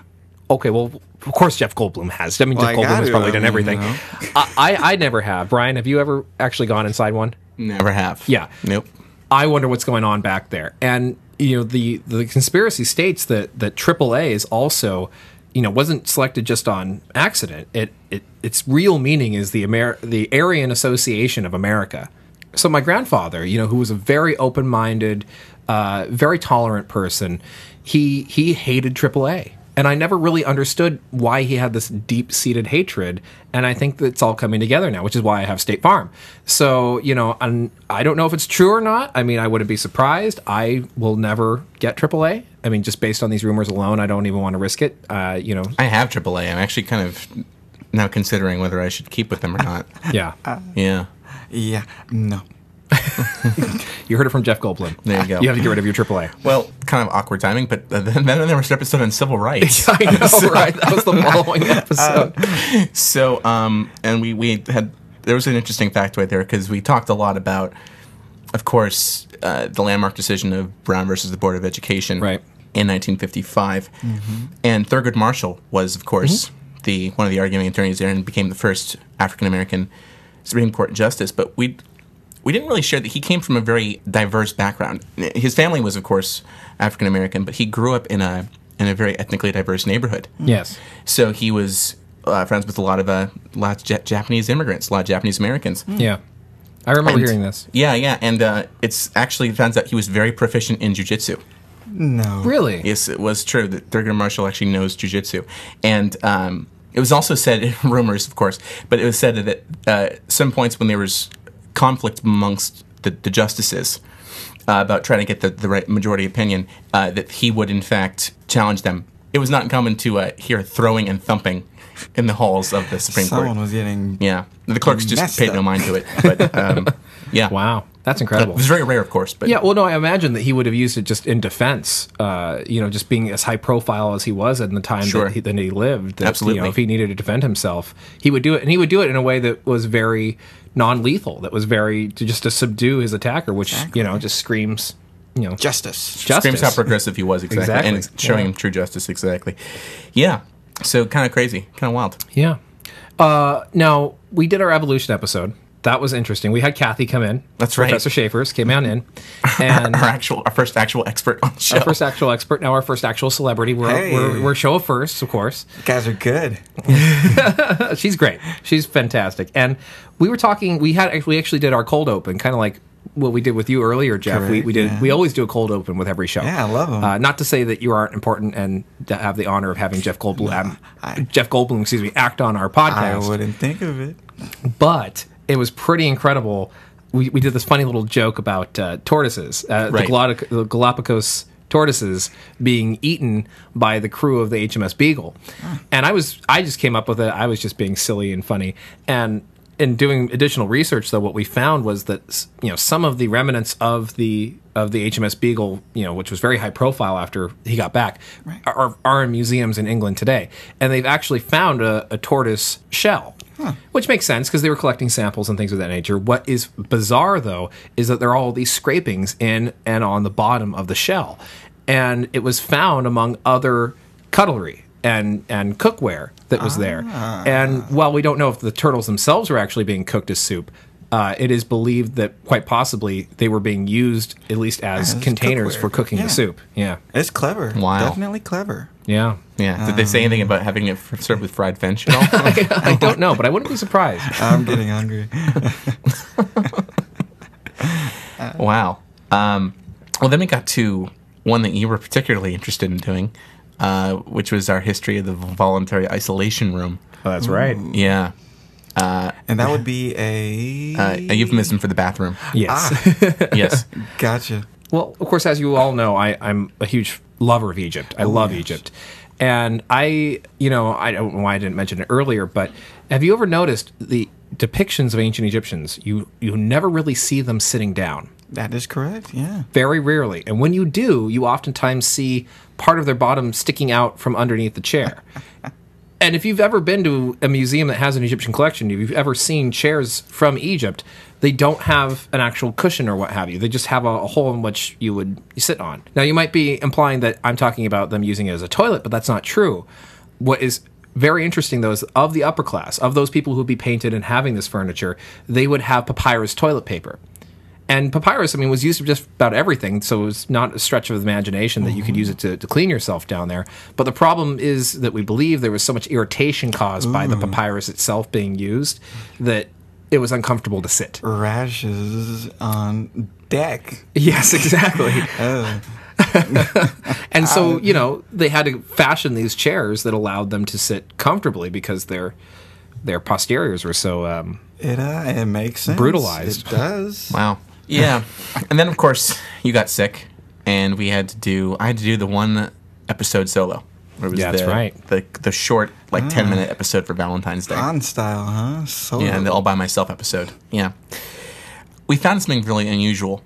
[SPEAKER 3] Okay, well, of course Jeff Goldblum has. I mean,
[SPEAKER 4] Well,
[SPEAKER 3] Jeff
[SPEAKER 4] I
[SPEAKER 3] Goldblum
[SPEAKER 4] gotta,
[SPEAKER 3] has probably
[SPEAKER 4] I
[SPEAKER 3] done
[SPEAKER 4] mean,
[SPEAKER 3] everything.
[SPEAKER 4] you know.
[SPEAKER 3] I, I I never have. Brian, have you ever actually gone inside one?
[SPEAKER 2] Never have.
[SPEAKER 3] Yeah.
[SPEAKER 2] Nope.
[SPEAKER 3] I wonder what's going on back there. And you know, the the conspiracy states that that AAA is also, you know, wasn't selected just on accident. It it its real meaning is the Amer- the Aryan Association of America. so my grandfather, you know, who was a very open-minded, uh, very tolerant person, he he hated AAA, and I never really understood why he had this deep-seated hatred. And I think that's all coming together now, which is why I have State Farm. So you know, and I don't know if it's true or not. I mean, I wouldn't be surprised. I will never get AAA. I mean, just based on these rumors alone, I don't even want to risk it. Uh, you know,
[SPEAKER 2] I have AAA. I'm actually kind of now considering whether I should keep with them or not.
[SPEAKER 3] yeah.
[SPEAKER 2] Yeah.
[SPEAKER 4] Yeah, no.
[SPEAKER 3] You heard it from Jeff Goldblum.
[SPEAKER 2] There you go.
[SPEAKER 3] You have to get rid of your AAA.
[SPEAKER 2] Well, kind of awkward timing, but uh, then, then there was an episode on civil rights.
[SPEAKER 3] I know, right? That was the following episode.
[SPEAKER 2] So, um, and we, we had, there was an interesting factoid there because we talked a lot about, of course, uh, the landmark decision of Brown versus the Board of Education
[SPEAKER 3] Right.
[SPEAKER 2] in 1955. And Thurgood Marshall was, of course, the one of the arguing attorneys there and became the first African American Supreme Court justice. But we, we didn't really share that he came from a very diverse background. His family was, of course, African American, but he grew up in a, in a very ethnically diverse neighborhood.
[SPEAKER 3] yes.
[SPEAKER 2] So he was uh, friends with a lot of uh, lot of Ja- Japanese immigrants, a lot of Japanese Americans.
[SPEAKER 3] Yeah. I
[SPEAKER 2] And-
[SPEAKER 3] remember hearing this.
[SPEAKER 2] Yeah, yeah, and uh, it's actually turns out he was very proficient in jujitsu.
[SPEAKER 4] No.
[SPEAKER 3] Really?
[SPEAKER 2] Yes, it was true that Thurgood Marshall actually knows jujitsu, and um, it was also said rumors, of course, but it was said that uh, at some points when there was conflict amongst the, the justices uh, about trying to get the, the right majority opinion, uh, that he would in fact challenge them. It was not uncommon to uh, hear throwing and thumping in the halls of the Supreme
[SPEAKER 4] Someone
[SPEAKER 2] Court.
[SPEAKER 4] was getting.
[SPEAKER 2] yeah, the clerks just
[SPEAKER 4] Messed
[SPEAKER 2] paid
[SPEAKER 4] up.
[SPEAKER 2] no mind to it. But um, yeah,
[SPEAKER 3] Wow. That's
[SPEAKER 2] it
[SPEAKER 3] incredible.
[SPEAKER 2] was very rare, of course. But
[SPEAKER 3] Yeah, well, no, I imagine that he would have used it just in defense. Uh, you know, just being as high profile as he was in the time
[SPEAKER 2] Sure.
[SPEAKER 3] that, he, that he lived. That, You
[SPEAKER 2] Absolutely.
[SPEAKER 3] know, if he needed to defend himself, he would do it, and he would do it in a way that was very non-lethal. That was very to just to subdue his attacker, which you know just screams, you know,
[SPEAKER 4] Justice.
[SPEAKER 2] Screams
[SPEAKER 3] justice.
[SPEAKER 2] how progressive he was, exactly.
[SPEAKER 3] Exactly,
[SPEAKER 2] And it's showing
[SPEAKER 3] yeah.
[SPEAKER 2] him true justice, exactly. Yeah. So kind of crazy, kind of wild.
[SPEAKER 3] Yeah. Uh, now we did our evolution episode. That was interesting. We had Kathy come in.
[SPEAKER 2] That's right.
[SPEAKER 3] Professor Schaefer's came on in, and
[SPEAKER 2] Our actual, our first actual expert on the show.
[SPEAKER 3] our first actual expert. Now our first actual celebrity. We're
[SPEAKER 4] Hey.
[SPEAKER 3] we're, we're show first, of course.
[SPEAKER 4] You guys are good.
[SPEAKER 3] Uh, She's great. She's fantastic. And we were talking. We had we actually did our cold open, kind of like what we did with you earlier, Jeff. we,
[SPEAKER 4] Correct,
[SPEAKER 3] we did.
[SPEAKER 4] yeah.
[SPEAKER 3] We always do a cold open with every show.
[SPEAKER 4] Yeah, I love 'em.
[SPEAKER 3] Uh, not to say that you aren't important and to have the honor of having Jeff Goldblum,
[SPEAKER 4] I-
[SPEAKER 3] Jeff Goldblum, excuse me, act on our podcast
[SPEAKER 4] I wouldn't think of it.
[SPEAKER 3] but it was pretty incredible. We, we did this funny little joke about uh, tortoises, uh,
[SPEAKER 2] Right.
[SPEAKER 3] the, Galati- the Galapagos tortoises being eaten by the crew of the HMS Beagle, and I was I just came up with it. I was just being silly and funny, and in doing additional research, though, what we found was that s- you know some of the remnants of the of the HMS Beagle, you know, which was very high profile after he got back, are, are in museums in England today, and they've actually found a, a tortoise shell which makes sense because they were collecting samples and things of that nature. What is bizarre, though, is that there are all these scrapings in and on the bottom of the shell, and it was found among other cutlery and and cookware that was there.
[SPEAKER 4] Ah.
[SPEAKER 3] And while we don't know if the turtles themselves were actually being cooked as soup. Uh, it is believed that quite possibly they were being used at least as,
[SPEAKER 4] As
[SPEAKER 3] containers
[SPEAKER 4] cookware.
[SPEAKER 3] for cooking
[SPEAKER 4] Yeah.
[SPEAKER 3] the soup. Yeah,
[SPEAKER 4] It's clever.
[SPEAKER 2] Wow.
[SPEAKER 4] Definitely clever.
[SPEAKER 3] yeah.
[SPEAKER 2] yeah. Did they say anything about having it f- served with fried fish? at all?
[SPEAKER 3] I don't know, but I wouldn't be surprised.
[SPEAKER 4] I'm getting hungry.
[SPEAKER 2] wow. Um, well, then we got to one that you were particularly interested in doing, uh, which was our history of the voluntary isolation room.
[SPEAKER 3] Oh, that's right.
[SPEAKER 4] Mm.
[SPEAKER 2] Yeah.
[SPEAKER 4] And that would be a.
[SPEAKER 2] Uh, a euphemism for the bathroom.
[SPEAKER 4] Ah.
[SPEAKER 3] Yes.
[SPEAKER 2] Yes.
[SPEAKER 4] Gotcha.
[SPEAKER 3] Well, of course, as you all know, I, I'm a huge lover of Egypt. I love Egypt. And I, you know, I don't know why I didn't mention it earlier, but have you ever noticed the depictions of ancient Egyptians? You you never really see them sitting down,
[SPEAKER 4] That is correct. Yeah.
[SPEAKER 3] very rarely. And when you do, you oftentimes see part of their bottom sticking out from underneath the chair. and if you've ever been to a museum that has an Egyptian collection, if you've ever seen chairs from Egypt, they don't have an actual cushion or what have you. They just have a, a hole in which you would sit on. Now, you might be implying that I'm talking about them using it as a toilet, but that's not true. What is very interesting, though, is of the upper class, of those people who would be painted and having this furniture, they would have papyrus toilet paper. And papyrus, I mean, was used for just about everything, so it was not a stretch of the imagination that you could use it to, to clean yourself down there. But the problem is that we believe there was so much irritation caused by the papyrus itself being used that it was uncomfortable to sit.
[SPEAKER 4] Rashes on deck.
[SPEAKER 3] Yes, exactly. and so, you know, they had to fashion these chairs that allowed them to sit comfortably because their their posteriors were so um,
[SPEAKER 4] It uh, it makes sense.
[SPEAKER 3] Brutalized.
[SPEAKER 4] It does.
[SPEAKER 2] Wow. Yeah. and then of course you got sick, and we had to do. I had to do the one episode solo. Where it was
[SPEAKER 3] Yeah, that's
[SPEAKER 2] the-
[SPEAKER 3] right.
[SPEAKER 2] The the short like ten minute episode for Valentine's Day.
[SPEAKER 4] On style, huh? So
[SPEAKER 2] Yeah, and the all by myself episode. Yeah. We found something really unusual.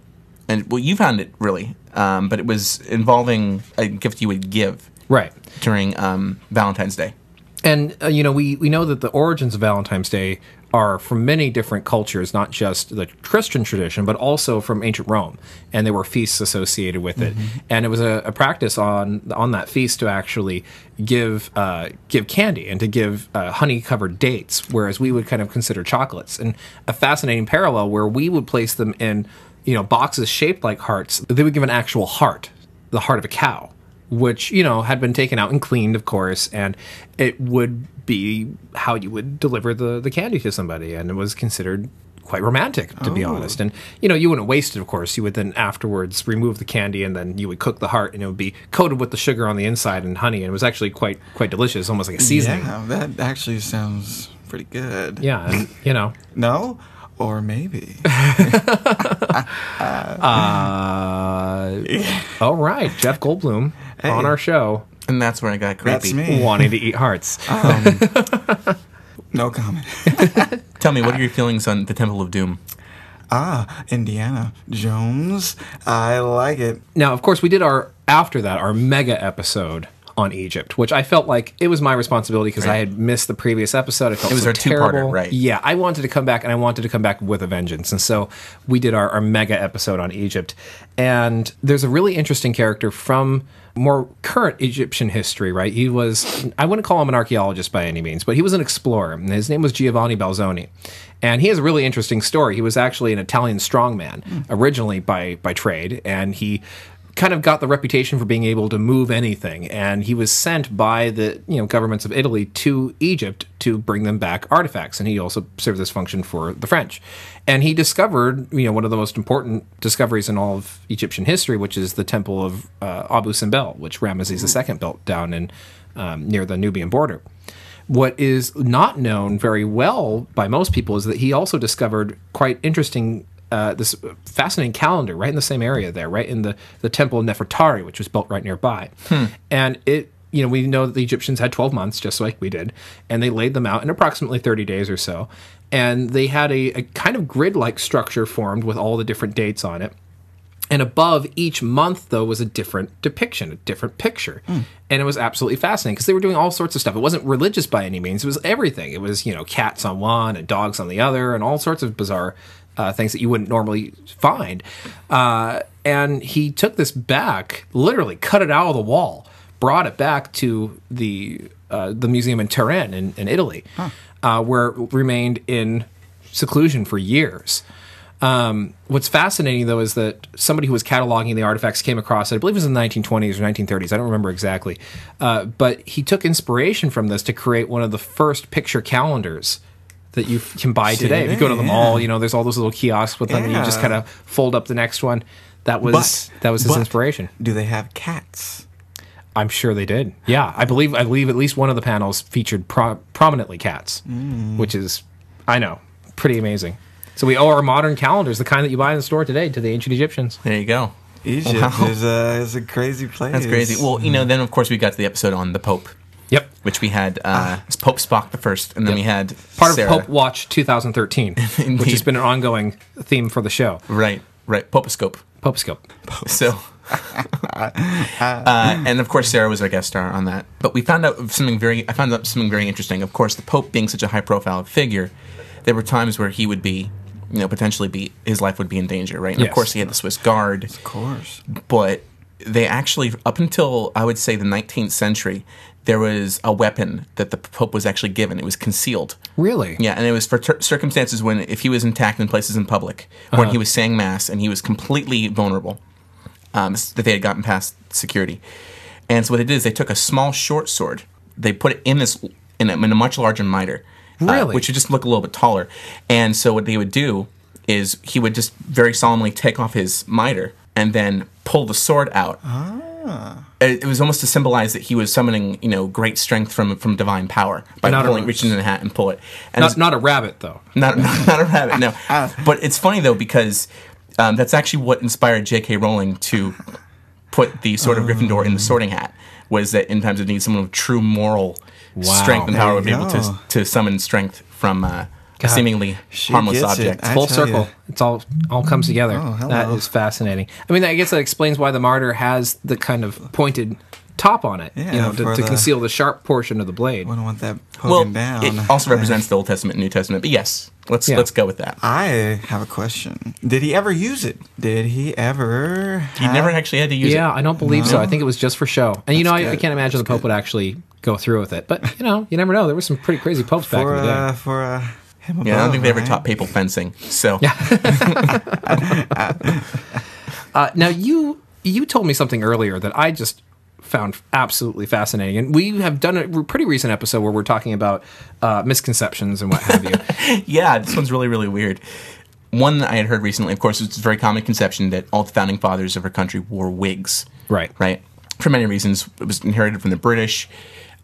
[SPEAKER 2] And well, you found it really, um, but it was involving a gift you would give
[SPEAKER 3] right.
[SPEAKER 2] during um, Valentine's Day.
[SPEAKER 3] And uh, you know, we we know that the origins of Valentine's Day are from many different cultures, not just the Christian tradition, but also from ancient Rome, and there were feasts associated with it. And it was a, a practice on on that feast to actually give uh, give candy and to give uh, honey covered dates, whereas we would kind of consider chocolates. And a fascinating parallel where we would place them in you know boxes shaped like hearts. They would give an actual heart, the heart of a cow which you know had been taken out and cleaned of course and it would be how you would deliver the the candy to somebody and it was considered quite romantic to be honest and you know you wouldn't waste it of course you would then afterwards remove the candy and then you would cook the heart and it would be coated with the sugar on the inside and honey and it was actually quite quite delicious almost like a seasoning yeah,
[SPEAKER 4] Yeah, that actually sounds pretty good.
[SPEAKER 3] and, you know
[SPEAKER 4] No? Or maybe.
[SPEAKER 3] uh, all right jeff goldblum on our show
[SPEAKER 2] And that's where I got creepy.
[SPEAKER 4] That's me.
[SPEAKER 3] wanting to eat hearts
[SPEAKER 4] Um, No comment.
[SPEAKER 2] Tell me, what are your feelings on the Temple of Doom?
[SPEAKER 4] ah, Indiana Jones. I like it.
[SPEAKER 3] Now, of course, we did our after that our mega episode on Egypt, which I felt like it was my responsibility because I had missed the previous episode. I felt it
[SPEAKER 2] was
[SPEAKER 3] so
[SPEAKER 2] our two-parter,
[SPEAKER 3] terrible.
[SPEAKER 2] right.
[SPEAKER 3] Yeah, I wanted to come back, and I wanted to come back with a vengeance, and so we did our, our mega episode on Egypt. And there's a really interesting character from more current Egyptian history, right? He was I wouldn't call him an archaeologist by any means, but he was an explorer, and his name was Giovanni Belzoni. And he has a really interesting story. He was actually an Italian strongman originally by by trade, and he kind of got the reputation for being able to move anything and he was sent by the you know governments of Italy to Egypt to bring them back artifacts and he also served this function for the French and he discovered you know one of the most important discoveries in all of Egyptian history which is the temple of uh, Abu Simbel which Ramesses II built down in um, near the Nubian border what is not known very well by most people is that he also discovered quite interesting, uh, this fascinating calendar right in the same area there, right in the, the temple of Nefertari, which was built right nearby. And it, you know, we know that the Egyptians had 12 months, just like we did, and they laid them out in approximately 30 days or so. And they had a, a kind of grid like structure formed with all the different dates on it. And above each month, though, was a different depiction, a different picture. And it was absolutely fascinating because they were doing all sorts of stuff. It wasn't religious by any means, it was everything. It was, you know, cats on one and dogs on the other and all sorts of bizarre uh, things that you wouldn't normally find. Uh, and he took this back, literally cut it out of the wall, brought it back to the, uh, the museum in Turin in, in Italy, uh, where it remained in seclusion for years. Um, what's fascinating though is that somebody who was cataloging the artifacts came across it. I believe it was in the 1920s or 1930s. I don't remember exactly, uh, but he took inspiration from this to create one of the first picture calendars that you f- can buy today. If you go to the
[SPEAKER 4] yeah.
[SPEAKER 3] mall, you know there's all those little kiosks with them, and you just
[SPEAKER 4] Yeah.
[SPEAKER 3] kind of fold up the next one. That was
[SPEAKER 4] But-
[SPEAKER 3] that was his
[SPEAKER 4] but-
[SPEAKER 3] inspiration.
[SPEAKER 4] Do they have cats?
[SPEAKER 3] I'm sure they did. Yeah, I believe I believe at least one of the panels featured pro- prominently cats,
[SPEAKER 4] Mm.
[SPEAKER 3] which is I know pretty amazing. So we owe our modern calendars, the kind that you buy in the store today, to the ancient Egyptians.
[SPEAKER 2] There you go.
[SPEAKER 4] Egypt
[SPEAKER 2] Wow.
[SPEAKER 4] is, a, is a crazy place.
[SPEAKER 2] That's crazy. Well, you know,
[SPEAKER 3] Hmm.
[SPEAKER 2] then of course we got to the episode on the Pope,
[SPEAKER 3] Yep,
[SPEAKER 2] which we had uh, it's Pope Spock the first, and then we had
[SPEAKER 3] Ah. part
[SPEAKER 2] Sarah.
[SPEAKER 3] of Pope Watch 2013, which has
[SPEAKER 2] Indeed.
[SPEAKER 3] been an ongoing theme for the show.
[SPEAKER 2] Right, right. Popescope.
[SPEAKER 3] Pope Ah. scope.
[SPEAKER 2] So, uh, and of course, Sarah was our guest star on that. But we found out something very. I found out something very interesting. Of course, the Pope being such a high-profile figure, there were times where he would be, you know, potentially be his life would be in danger, right? And
[SPEAKER 3] Yes.
[SPEAKER 2] of course, he had the Swiss Guard,
[SPEAKER 4] Of course.
[SPEAKER 2] but they actually, up until I would say the 19th century, there was a weapon that the Pope was actually given. It was concealed.
[SPEAKER 3] Really?
[SPEAKER 2] Yeah, and it was for ter- circumstances when if he was intact in places in public, when
[SPEAKER 3] Uh-huh.
[SPEAKER 2] he was saying mass and he was completely vulnerable, um, s- that they had gotten past security. And so what they did is they took a small short sword, they put it in this in a, in a much larger miter, uh,
[SPEAKER 3] Really?
[SPEAKER 2] which would just look a little bit taller. And so what they would do is he would just very solemnly take off his mitre and then pull the sword out.
[SPEAKER 3] Ah.
[SPEAKER 2] Uh, It it was almost to symbolize that he was summoning, you know, great strength from from divine power by
[SPEAKER 3] Not a
[SPEAKER 2] pulling,
[SPEAKER 3] rose.
[SPEAKER 2] reaching in the hat and pull it. And
[SPEAKER 3] Not,
[SPEAKER 2] it's-
[SPEAKER 3] not a rabbit though.
[SPEAKER 2] not, not, not a rabbit, no.
[SPEAKER 4] Ah.
[SPEAKER 2] but it's funny though because um, that's actually what inspired J.K. Rowling to put the
[SPEAKER 4] Oh.
[SPEAKER 2] Sword of Gryffindor in the Sorting Hat. Was that in times of need, someone with true moral
[SPEAKER 3] Wow.
[SPEAKER 2] strength and
[SPEAKER 3] There
[SPEAKER 2] power
[SPEAKER 4] you
[SPEAKER 2] would be able
[SPEAKER 4] go.
[SPEAKER 2] to to summon strength from uh, a seemingly
[SPEAKER 4] She
[SPEAKER 2] harmless
[SPEAKER 4] gets it.
[SPEAKER 2] object.
[SPEAKER 4] I
[SPEAKER 3] Full
[SPEAKER 4] tell ya. Mm. Oh,
[SPEAKER 3] circle. It's all all comes together.
[SPEAKER 4] hello.
[SPEAKER 3] that is fascinating. I mean, I guess that explains why the martyr has the kind of pointed top on it.
[SPEAKER 4] Yeah,
[SPEAKER 3] you know, to,
[SPEAKER 4] for
[SPEAKER 3] to
[SPEAKER 4] the-
[SPEAKER 3] conceal the sharp portion of the blade.
[SPEAKER 4] Wouldn't want that poking
[SPEAKER 2] Well,
[SPEAKER 4] down.
[SPEAKER 2] it also represents the Old Testament, and New Testament. But yes, let's
[SPEAKER 3] Yeah.
[SPEAKER 2] let's go with that.
[SPEAKER 4] I have a question. Did he ever use it? Did he ever?
[SPEAKER 2] He never actually had to use
[SPEAKER 3] Yeah,
[SPEAKER 2] it.
[SPEAKER 3] I don't believe so. I think it was just for show. And you know, I, I
[SPEAKER 4] good.
[SPEAKER 3] can't imagine the Pope would actually go through with it. But you know, you never know. There were some pretty crazy popes back
[SPEAKER 4] for
[SPEAKER 3] in the day.
[SPEAKER 4] uh, for uh, him
[SPEAKER 2] Yeah, I don't
[SPEAKER 4] above,
[SPEAKER 2] think they ever
[SPEAKER 4] right?
[SPEAKER 2] taught papal fencing. So
[SPEAKER 3] Uh, now you you told me something earlier that I just found absolutely fascinating, and we have done a pretty recent episode where we're talking about uh, misconceptions and what have you.
[SPEAKER 2] yeah, this one's really, really weird. One that I had heard recently, of course, it's a very common conception that all the founding fathers of our country wore wigs.
[SPEAKER 3] Right.
[SPEAKER 2] Right. For many reasons, it was inherited from the British.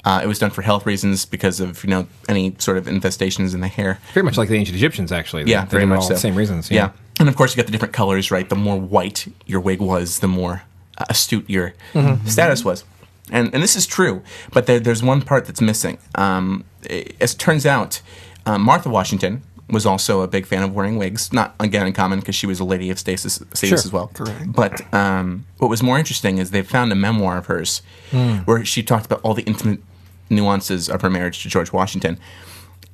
[SPEAKER 2] Uh, it was done for health reasons because of you know any sort of infestations in the hair.
[SPEAKER 3] Very much like the ancient Egyptians, actually. They-
[SPEAKER 2] Yeah,
[SPEAKER 3] they
[SPEAKER 2] very
[SPEAKER 3] did it
[SPEAKER 2] much
[SPEAKER 3] all
[SPEAKER 2] so.
[SPEAKER 3] the Same reasons.
[SPEAKER 2] Yeah. and of course you got the different colors right. The more white your wig was, the more uh, astute your
[SPEAKER 3] Mm-hmm.
[SPEAKER 2] status was. And and this is true, but there, there's one part that's missing. Um, i- as it turns out, uh, Martha Washington was also a big fan of wearing wigs. Not again uncommon because she was a lady of status, status
[SPEAKER 3] Sure.
[SPEAKER 2] as well.
[SPEAKER 4] Correct.
[SPEAKER 2] But um, what was more interesting is they found a memoir of hers
[SPEAKER 3] Hmm.
[SPEAKER 2] where she talked about all the intimate nuances of her marriage to George Washington.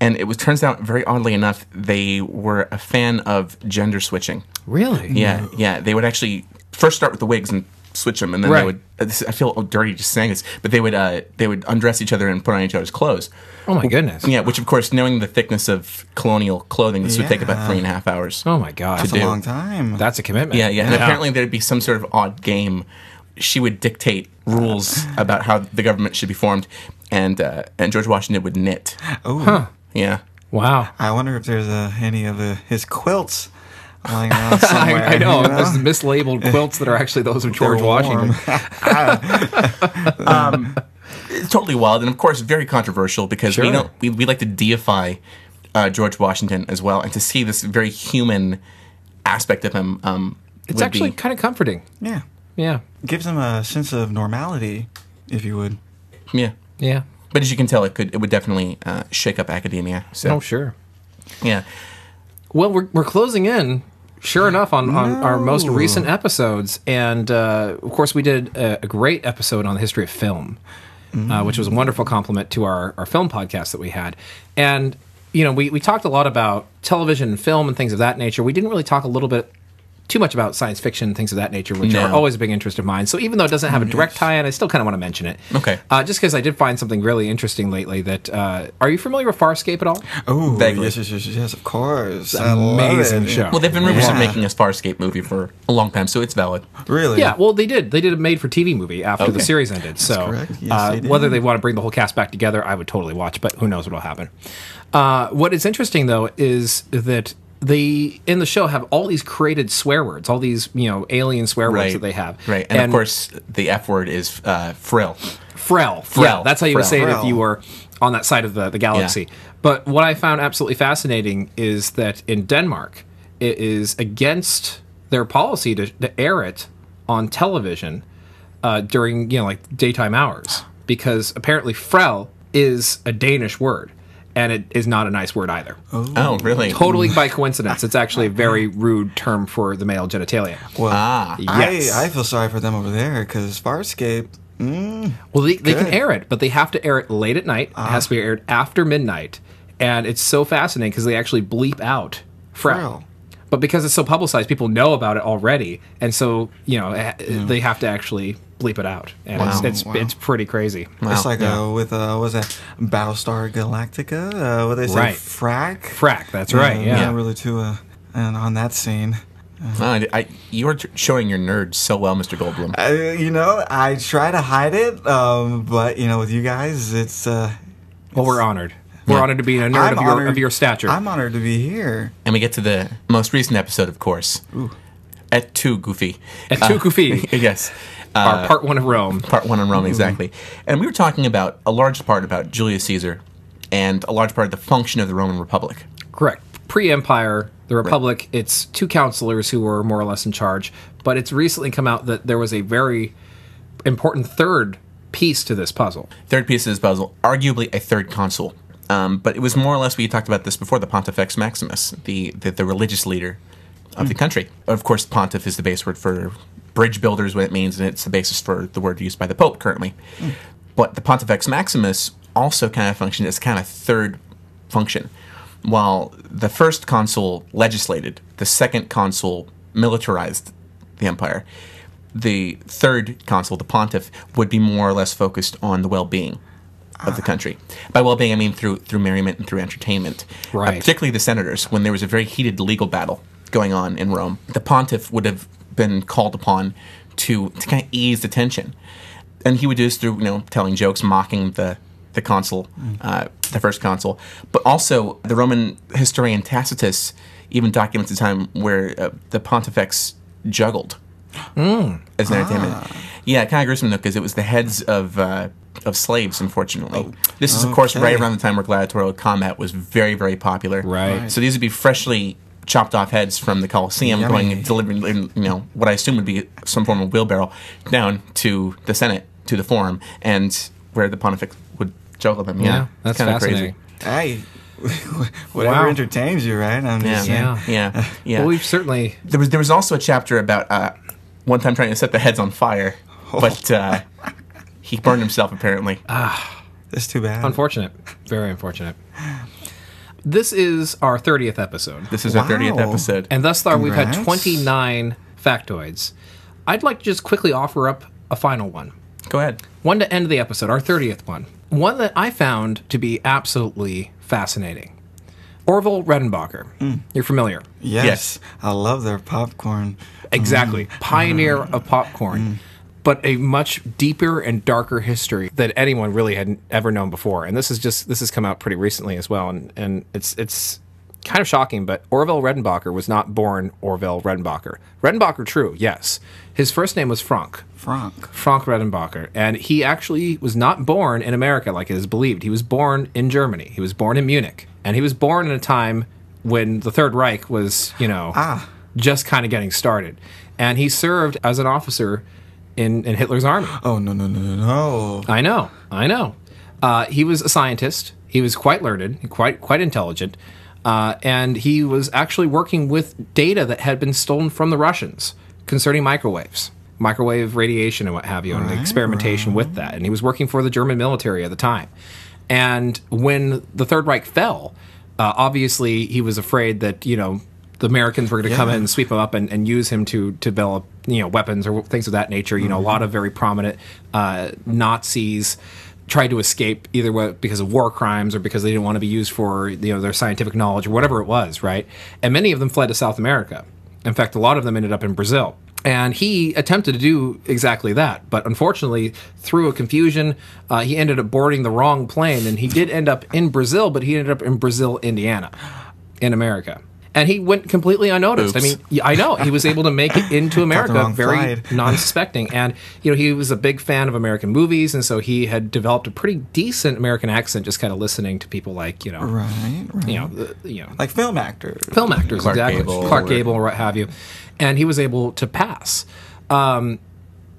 [SPEAKER 2] And it was turns out very oddly enough, they were a fan of gender switching.
[SPEAKER 3] Really?
[SPEAKER 2] Yeah, yeah. They would actually first start with the wigs and switch them, and then
[SPEAKER 3] Right.
[SPEAKER 2] they would. uh, This, I feel dirty just saying this, but they would uh, they would undress each other and put on each other's clothes.
[SPEAKER 3] Oh my goodness.
[SPEAKER 2] Yeah, which of course, knowing the thickness of colonial clothing, this would take about three and a half hours.
[SPEAKER 3] Oh my god.
[SPEAKER 4] It's a long time.
[SPEAKER 3] That's a commitment.
[SPEAKER 2] Yeah, yeah. And apparently there'd be some sort of odd game. She would dictate rules about how the government should be formed, and uh, and George Washington would knit.
[SPEAKER 4] Ooh.
[SPEAKER 2] Yeah.
[SPEAKER 3] Wow.
[SPEAKER 4] I wonder if there's uh, any of uh, his quilts lying around somewhere.
[SPEAKER 3] I, I know.
[SPEAKER 4] you
[SPEAKER 3] There's mislabeled quilts that are actually those of George
[SPEAKER 4] They're warm.
[SPEAKER 3] Washington.
[SPEAKER 2] It's totally wild, and of course very controversial because we
[SPEAKER 3] Sure.
[SPEAKER 2] don't we, we like to deify uh, George Washington as well, and to see this very human aspect of him. Um,
[SPEAKER 3] It's
[SPEAKER 2] would
[SPEAKER 3] actually
[SPEAKER 2] be,
[SPEAKER 3] kind of comforting.
[SPEAKER 4] Yeah,
[SPEAKER 3] Yeah.
[SPEAKER 4] gives him a sense of normality, if you would.
[SPEAKER 2] yeah.
[SPEAKER 3] Yeah.
[SPEAKER 2] But as you can tell, it could it would definitely uh, shake up academia. So
[SPEAKER 3] Oh sure.
[SPEAKER 2] yeah,
[SPEAKER 3] Well, we're, we're closing in, sure enough, on, on our most recent episodes. And uh, of course, we did a, a great episode on the history of film,
[SPEAKER 2] Mm-hmm.
[SPEAKER 3] uh, which was a wonderful compliment to our, our film podcast that we had. And, you know, we, we talked a lot about television and film and things of that nature. We didn't really talk a little bit too much about science fiction and things of that nature, which
[SPEAKER 2] No.
[SPEAKER 3] are always a big interest of mine. So even though it doesn't have a direct tie-in, I still kind of want to mention it.
[SPEAKER 2] Okay.
[SPEAKER 3] Uh, just because I did find something really interesting lately that, uh, are you familiar with Farscape at all?
[SPEAKER 4] Oh,
[SPEAKER 2] Vaguely.
[SPEAKER 4] yes, yes, yes, yes, of course.
[SPEAKER 3] Amazing show.
[SPEAKER 2] well they've been rumors of
[SPEAKER 4] Yeah.
[SPEAKER 2] making a Farscape movie for a long time, so it's valid.
[SPEAKER 4] Really?
[SPEAKER 3] Yeah, well, they did. They did a made-for-TV movie after the
[SPEAKER 2] Okay.
[SPEAKER 3] series ended. so,
[SPEAKER 4] correct. Yes,
[SPEAKER 3] uh,
[SPEAKER 4] they did.
[SPEAKER 3] whether they want to bring the whole cast back together, I would totally watch. But who knows what will happen? Uh, what is interesting though is that they in the show have all these created swear words, all these you know alien swear words
[SPEAKER 2] Right
[SPEAKER 3] that they have.
[SPEAKER 2] Right, and, of course the F word is uh, frill.
[SPEAKER 3] Frel. Yeah,
[SPEAKER 2] Frel.
[SPEAKER 3] that's how you would
[SPEAKER 2] Frel.
[SPEAKER 3] say it if
[SPEAKER 4] Frel.
[SPEAKER 3] you were on that side of the, the galaxy.
[SPEAKER 2] Yeah.
[SPEAKER 3] But what I found absolutely fascinating is that in Denmark, it is against their policy to, to air it on television uh, during, you know, like daytime hours because apparently Frel is a Danish word and it is not a nice word either.
[SPEAKER 2] Oh, really?
[SPEAKER 3] Totally by coincidence. It's actually a very rude term for the male genitalia.
[SPEAKER 4] Well,
[SPEAKER 2] Ah,
[SPEAKER 3] Yes.
[SPEAKER 4] I, I feel sorry for them over there because Farscape.
[SPEAKER 3] Well, they, they can
[SPEAKER 4] Good.
[SPEAKER 3] air it, but they have to air it late at night. It has to be aired after midnight. And it's so fascinating because they actually bleep out Frel.
[SPEAKER 4] Frel.
[SPEAKER 3] But because it's so publicized, people know about it already. And so, you know, eh, they have to actually bleep it out. And it's,
[SPEAKER 2] Wow.
[SPEAKER 3] it's,
[SPEAKER 4] Wow.
[SPEAKER 3] it's pretty crazy.
[SPEAKER 2] Wow,
[SPEAKER 4] It's like uh, with uh, what was that Battlestar Galactica? Uh, what they say,
[SPEAKER 3] Right.
[SPEAKER 4] frack.
[SPEAKER 3] Frack, that's right.
[SPEAKER 4] Uh,
[SPEAKER 3] Yeah.
[SPEAKER 4] Not really too. Uh, and on that scene,
[SPEAKER 2] Wow, I- I- you are t- showing your nerd so well, Mr. Goldblum.
[SPEAKER 4] Uh, you know, I try to hide it, um, but you know, with you guys, it's uh,
[SPEAKER 3] Well, we're honored. We're honored to be a nerd
[SPEAKER 4] I'm
[SPEAKER 3] of your,
[SPEAKER 4] honored-
[SPEAKER 3] of your stature.
[SPEAKER 4] I'm honored to be here.
[SPEAKER 2] And we get to the most recent episode, of course. At two, Goofy.
[SPEAKER 3] At two Goofy,
[SPEAKER 2] yes.
[SPEAKER 4] Uh,
[SPEAKER 3] our part one of Rome.
[SPEAKER 2] part one on Rome exactly. And we were talking about a large part about Julius Caesar and a large part of the function of the Roman Republic.
[SPEAKER 3] Correct. Pre Empire, the Republic, it's two counselors who were more or less in charge. But it's recently come out that there was a very important third piece to this puzzle.
[SPEAKER 2] Third piece of this puzzle, arguably a third consul. Um, but it was more or less we talked about this before the Pontifex Maximus, the the, the religious leader of the country. Of course, pontiff is the base word for bridge builder is what it means, and it's the basis for the word used by the Pope currently. But the Pontifex Maximus also kind of functioned as kind of third function. While the first consul legislated, the second consul militarized the empire. The third consul, the pontiff, would be more or less focused on the well-being of the country. By well-being, I mean through through merriment and through entertainment. Uh,
[SPEAKER 3] Right.
[SPEAKER 2] particularly the senators, when there was a very heated legal battle going on in Rome, the pontiff would have been called upon to to kind of ease the tension, and he would do this through you know telling jokes, mocking the the consul, uh, the first consul, but also the Roman historian Tacitus even documents a time where uh, the pontifex juggled as an entertainment.
[SPEAKER 3] Ah.
[SPEAKER 2] Yeah, kind of gruesome though, because it was the heads of uh, of slaves.
[SPEAKER 3] Oh,
[SPEAKER 2] Unfortunately, this is of course right
[SPEAKER 4] Okay.
[SPEAKER 2] around the time where gladiatorial combat was very, very popular.
[SPEAKER 3] Right. Right.
[SPEAKER 2] So these would be freshly chopped off heads from the Colosseum,
[SPEAKER 4] Yummy.
[SPEAKER 2] going and delivering, in, you know, what I assume would be some form of wheelbarrow down to the Senate, to the Forum, and where the pontifex would juggle them. Yeah,
[SPEAKER 3] Yeah, that's
[SPEAKER 2] kinda
[SPEAKER 3] fascinating.
[SPEAKER 4] Hey, whatever
[SPEAKER 3] Wow.
[SPEAKER 4] entertains you, right? I'm just
[SPEAKER 2] Yeah,
[SPEAKER 4] saying.
[SPEAKER 2] yeah, yeah. yeah.
[SPEAKER 3] Well, we've certainly
[SPEAKER 2] There was there was also a chapter about uh, one time trying to set the heads on fire,
[SPEAKER 3] Oh.
[SPEAKER 2] but uh, he burned himself apparently.
[SPEAKER 3] Uh,
[SPEAKER 4] That's too bad.
[SPEAKER 3] Unfortunate. Very unfortunate. This is our 30th episode.
[SPEAKER 2] this is our thirtieth
[SPEAKER 4] Wow.
[SPEAKER 2] episode.
[SPEAKER 3] And thus far, we've had
[SPEAKER 4] Congrats.
[SPEAKER 3] 29 factoids. I'd like to just quickly offer up a final one.
[SPEAKER 2] Go ahead.
[SPEAKER 3] One to end the episode, our 30th one. One that I found to be absolutely fascinating. Orville Redenbacher. You're familiar.
[SPEAKER 4] yes.
[SPEAKER 2] Yes.
[SPEAKER 4] I love their popcorn.
[SPEAKER 3] Exactly. Pioneer of popcorn. But a much deeper and darker history that anyone really had ever known before. And this is just this has come out pretty recently as well. And and it's it's kind of shocking, but Orville Redenbacher was not born Orville Redenbacher. Redenbacher true, yes. His first name was Franck.
[SPEAKER 4] Frank.
[SPEAKER 3] Frank Redenbacher, and he actually was not born in America like it is believed. He was born in Germany. He was born in Munich, and he was born in a time when the Third Reich was, you know,
[SPEAKER 4] Ah.
[SPEAKER 3] just kind of getting started. And he served as an officer in, in Hitler's army.
[SPEAKER 4] Oh, no, no, no, no, no.
[SPEAKER 3] I know, I know. Uh, he was a scientist. He was quite learned, quite quite intelligent, uh, and he was actually working with data that had been stolen from the Russians concerning microwaves, microwave radiation, and what have you, and the experimentation with that. And he was working for the German military at the time. And when the Third Reich fell, uh, obviously he was afraid that you know the Americans were going to come in and sweep him up and, and use him to, to develop you know weapons or things of that nature. You know, a lot of very prominent uh, Nazis tried to escape either what because of war crimes or because they didn't want to be used for you know their scientific knowledge or whatever it was, right? And many of them fled to South America. In fact, a lot of them ended up in Brazil. And he attempted to do exactly that, but unfortunately, through a confusion, uh, he ended up boarding the wrong plane, and he did end up in Brazil, but he ended up in Brazil, Indiana in America. And he went completely unnoticed.
[SPEAKER 2] Oops.
[SPEAKER 3] I mean, yeah, I know he was able to make it into America
[SPEAKER 4] wrong
[SPEAKER 3] very
[SPEAKER 4] flight.
[SPEAKER 3] non-suspecting, and you know he was a big fan of American movies, and so he had developed a pretty decent American accent just kind of listening to people like you know,
[SPEAKER 4] Right, right.
[SPEAKER 3] you know, the- you know,
[SPEAKER 4] Like film actors.
[SPEAKER 3] film actors,
[SPEAKER 2] Clark
[SPEAKER 3] exactly.
[SPEAKER 2] Gable
[SPEAKER 3] Clark
[SPEAKER 2] or-
[SPEAKER 3] Gable, or what have you. And he was able to pass. Um,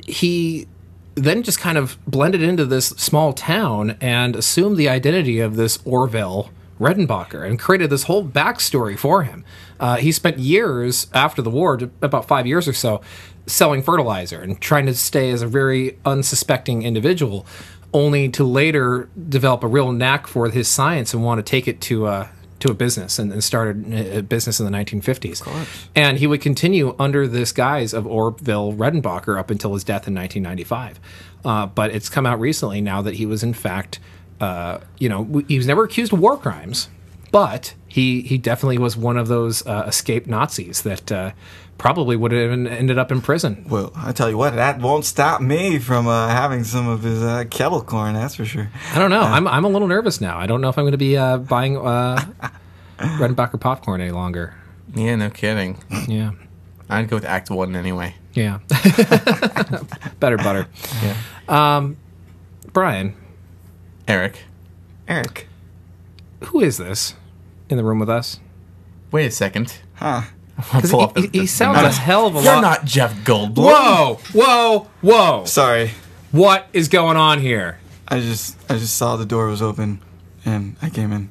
[SPEAKER 3] he then just kind of blended into this small town and assumed the identity of this Orville Redenbacher and created this whole backstory for him. Uh, he spent years after the war, j- about five years or so, selling fertilizer and trying to stay as a very unsuspecting individual. Only to later develop a real knack for his science and want to take it to uh, a to a business and, and started a a business in the 1950s. And he would continue under this guise of Orville Redenbacher up until his death in 1995. Uh, but it's come out recently now that he was, in fact, uh, you know, w- he was never accused of war crimes. But he he definitely was one of those uh, escaped Nazis that uh, probably would have even ended up in prison.
[SPEAKER 4] Well, I tell you what, that won't stop me from uh, having some of his uh, kettle corn. That's for sure.
[SPEAKER 3] I don't know. I'm I'm a little nervous now. I don't know if I'm going to be uh, buying uh, Redenbacher popcorn any longer.
[SPEAKER 2] Yeah, no kidding.
[SPEAKER 3] Yeah,
[SPEAKER 2] I'd go with Act One anyway.
[SPEAKER 3] yeah. Better butter,
[SPEAKER 2] Yeah.
[SPEAKER 3] Um, Brian.
[SPEAKER 2] Eric,
[SPEAKER 4] Eric,
[SPEAKER 3] Who is this in the room with us?
[SPEAKER 2] wait a second.
[SPEAKER 4] huh?
[SPEAKER 2] I'll pull up
[SPEAKER 3] Because
[SPEAKER 2] the-
[SPEAKER 3] he, he, he
[SPEAKER 2] the
[SPEAKER 3] sounds a
[SPEAKER 2] notes.
[SPEAKER 3] hell of a
[SPEAKER 2] You're
[SPEAKER 3] lot.
[SPEAKER 2] not Jeff Goldblum.
[SPEAKER 3] whoa, whoa, whoa!
[SPEAKER 4] Sorry,
[SPEAKER 3] What is going on here,
[SPEAKER 4] I just I just saw the door was open, and I came in.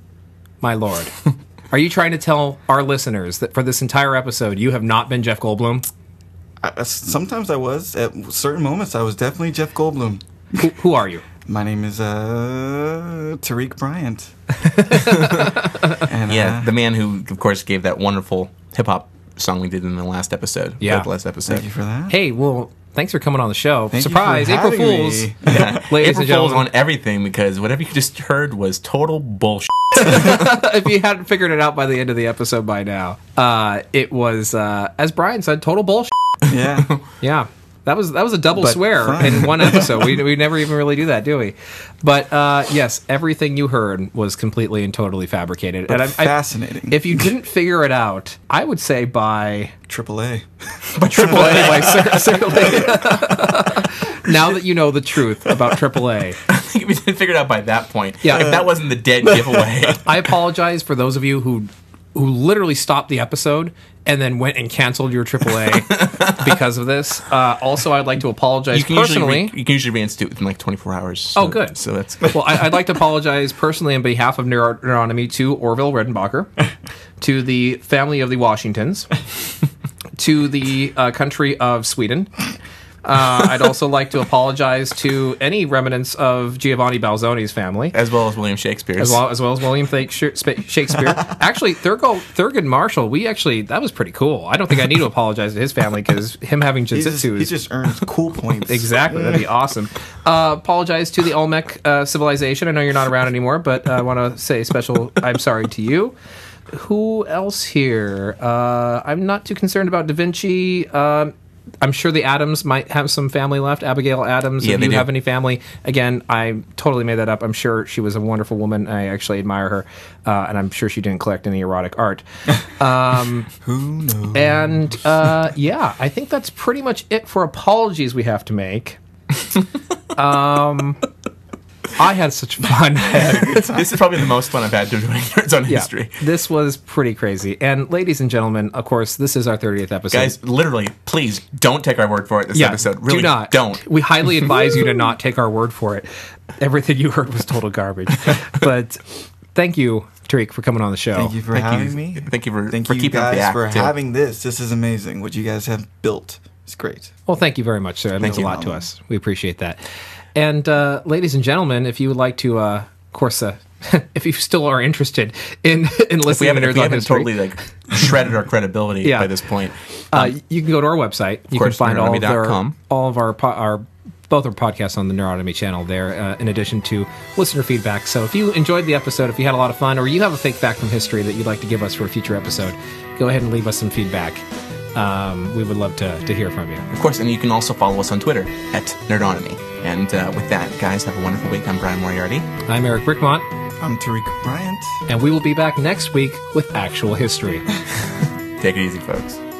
[SPEAKER 3] my lord? Are you trying to tell our listeners that for this entire episode you have not been Jeff Goldblum?
[SPEAKER 4] I, I s- sometimes I was at certain moments. I was definitely Jeff Goldblum.
[SPEAKER 3] Who, who are you?
[SPEAKER 4] My name is uh, Tariq Bryant. and,
[SPEAKER 2] Yeah,
[SPEAKER 4] uh,
[SPEAKER 2] the man who, of course, gave that wonderful hip hop song we did in the last episode.
[SPEAKER 3] Yeah.
[SPEAKER 2] the last episode.
[SPEAKER 4] thank you for that.
[SPEAKER 3] Hey, well, thanks for coming on the show.
[SPEAKER 4] Thank you for
[SPEAKER 3] Surprise, April
[SPEAKER 4] having me.
[SPEAKER 3] Fools, ladies
[SPEAKER 2] April
[SPEAKER 3] and
[SPEAKER 2] Fool's
[SPEAKER 3] gentlemen.
[SPEAKER 2] on everything because whatever you just heard was total bullshit.
[SPEAKER 3] if you hadn't figured it out by the end of the episode by now, uh, it was uh, as Brian said, total bullshit.
[SPEAKER 4] Yeah.
[SPEAKER 3] Yeah, that was that was a double
[SPEAKER 4] But
[SPEAKER 3] swear
[SPEAKER 4] fine.
[SPEAKER 3] in one episode. we we never even really do that, do we? But uh, yes, everything you heard was completely and totally fabricated. and I- I-
[SPEAKER 4] fascinating.
[SPEAKER 3] if you didn't figure it out, I would say by
[SPEAKER 4] Triple A.
[SPEAKER 3] AAA by Cir- Circle A. now that you know the truth about AAA,
[SPEAKER 2] we didn't figure it out by that point.
[SPEAKER 3] Yeah.
[SPEAKER 2] if that wasn't the dead giveaway.
[SPEAKER 3] I apologize for those of you who who literally stopped the episode and then went and canceled your AAA because of this. Uh, also, I'd like to apologize
[SPEAKER 2] you can
[SPEAKER 3] personally.
[SPEAKER 2] usually re- you can usually reinstitute within like 24 hours.
[SPEAKER 3] Oh,
[SPEAKER 2] So-
[SPEAKER 3] good.
[SPEAKER 2] So that's
[SPEAKER 3] well, I, I'd like to apologize personally on behalf of Neuro- Neuronomy to Orville Redenbacher, to the family of the Washingtons, to the uh, country of Sweden. Uh, I'd also like to apologize to any remnants of Giovanni Balzoni's family.
[SPEAKER 2] as well as William Shakespeare's.
[SPEAKER 3] as well as, well as William Thake- Sh- Sp- Shakespeare. actually, Thurgood, Thurgood Marshall, we actually that was pretty cool. I don't think I need to apologize to his family because him having
[SPEAKER 4] He
[SPEAKER 3] jiu-jitsu
[SPEAKER 4] just, he
[SPEAKER 3] is
[SPEAKER 4] just earns cool points.
[SPEAKER 3] exactly that'd be awesome. Uh, apologize to the Olmec uh, civilization. I know you're not around anymore, but uh, I want to say special I'm sorry to you. Who else here? Uh, I'm not too concerned about Da Vinci. Um, I'm sure the Adams might have some family left. Abigail Adams,
[SPEAKER 2] Yeah,
[SPEAKER 3] if
[SPEAKER 2] they
[SPEAKER 3] you
[SPEAKER 2] do.
[SPEAKER 3] have any family. Again, I totally made that up. I'm sure she was a wonderful woman. I actually admire her, uh, and I'm sure she didn't collect any erotic art.
[SPEAKER 4] Who knows?
[SPEAKER 3] And uh, yeah, I think that's pretty much it for apologies we have to make. um, I had such fun.
[SPEAKER 2] this is probably the most fun I've had doing Nerds on
[SPEAKER 3] Yeah,
[SPEAKER 2] History.
[SPEAKER 3] this was pretty crazy. And ladies and gentlemen, of course, this is our 30th episode.
[SPEAKER 2] Guys, literally, please don't take our word for it this
[SPEAKER 3] yeah,
[SPEAKER 2] episode. Really,
[SPEAKER 3] do not.
[SPEAKER 2] don't.
[SPEAKER 3] We highly advise you to not take our word for it. Everything you heard was total garbage. but thank you, Tariq, for coming on the show.
[SPEAKER 4] Thank you for having me.
[SPEAKER 2] Thank you for,
[SPEAKER 4] Thank
[SPEAKER 2] for
[SPEAKER 4] you
[SPEAKER 2] keeping up
[SPEAKER 4] guys
[SPEAKER 2] the act.
[SPEAKER 4] for
[SPEAKER 2] too.
[SPEAKER 4] having this. This is amazing. What you guys have built is great.
[SPEAKER 3] Well, thank you very much, sir. That means a
[SPEAKER 4] you.
[SPEAKER 3] lot to us. We appreciate that. And uh, ladies and gentlemen, if you would like to, uh, of course, uh, if you still are interested in in
[SPEAKER 2] we
[SPEAKER 3] listening
[SPEAKER 2] haven't,
[SPEAKER 3] to
[SPEAKER 2] if
[SPEAKER 3] Nerds
[SPEAKER 2] we
[SPEAKER 3] on
[SPEAKER 2] haven't
[SPEAKER 3] History,
[SPEAKER 2] totally like shredded our credibility
[SPEAKER 3] Yeah.
[SPEAKER 2] by this point.
[SPEAKER 3] uh, you can go to our website. You
[SPEAKER 2] course,
[SPEAKER 3] can find all of our
[SPEAKER 2] neurotomy.com.
[SPEAKER 3] all of our po- our both our podcasts on the Neurotomy channel there, uh, in addition to listener feedback. So if you enjoyed the episode, if you had a lot of fun, or you have a fake back from history that you'd like to give us for a future episode, go ahead and leave us some feedback. Um, we would love to, to hear from you.
[SPEAKER 2] Of course, and you can also follow us on Twitter at Nerdonomy. And uh, with that, guys, have a wonderful week. I'm Brian Moriarty.
[SPEAKER 3] I'm Eric Brickmont.
[SPEAKER 4] I'm Tariq Bryant.
[SPEAKER 3] and we will be back next week with actual history.
[SPEAKER 2] Take it easy, folks.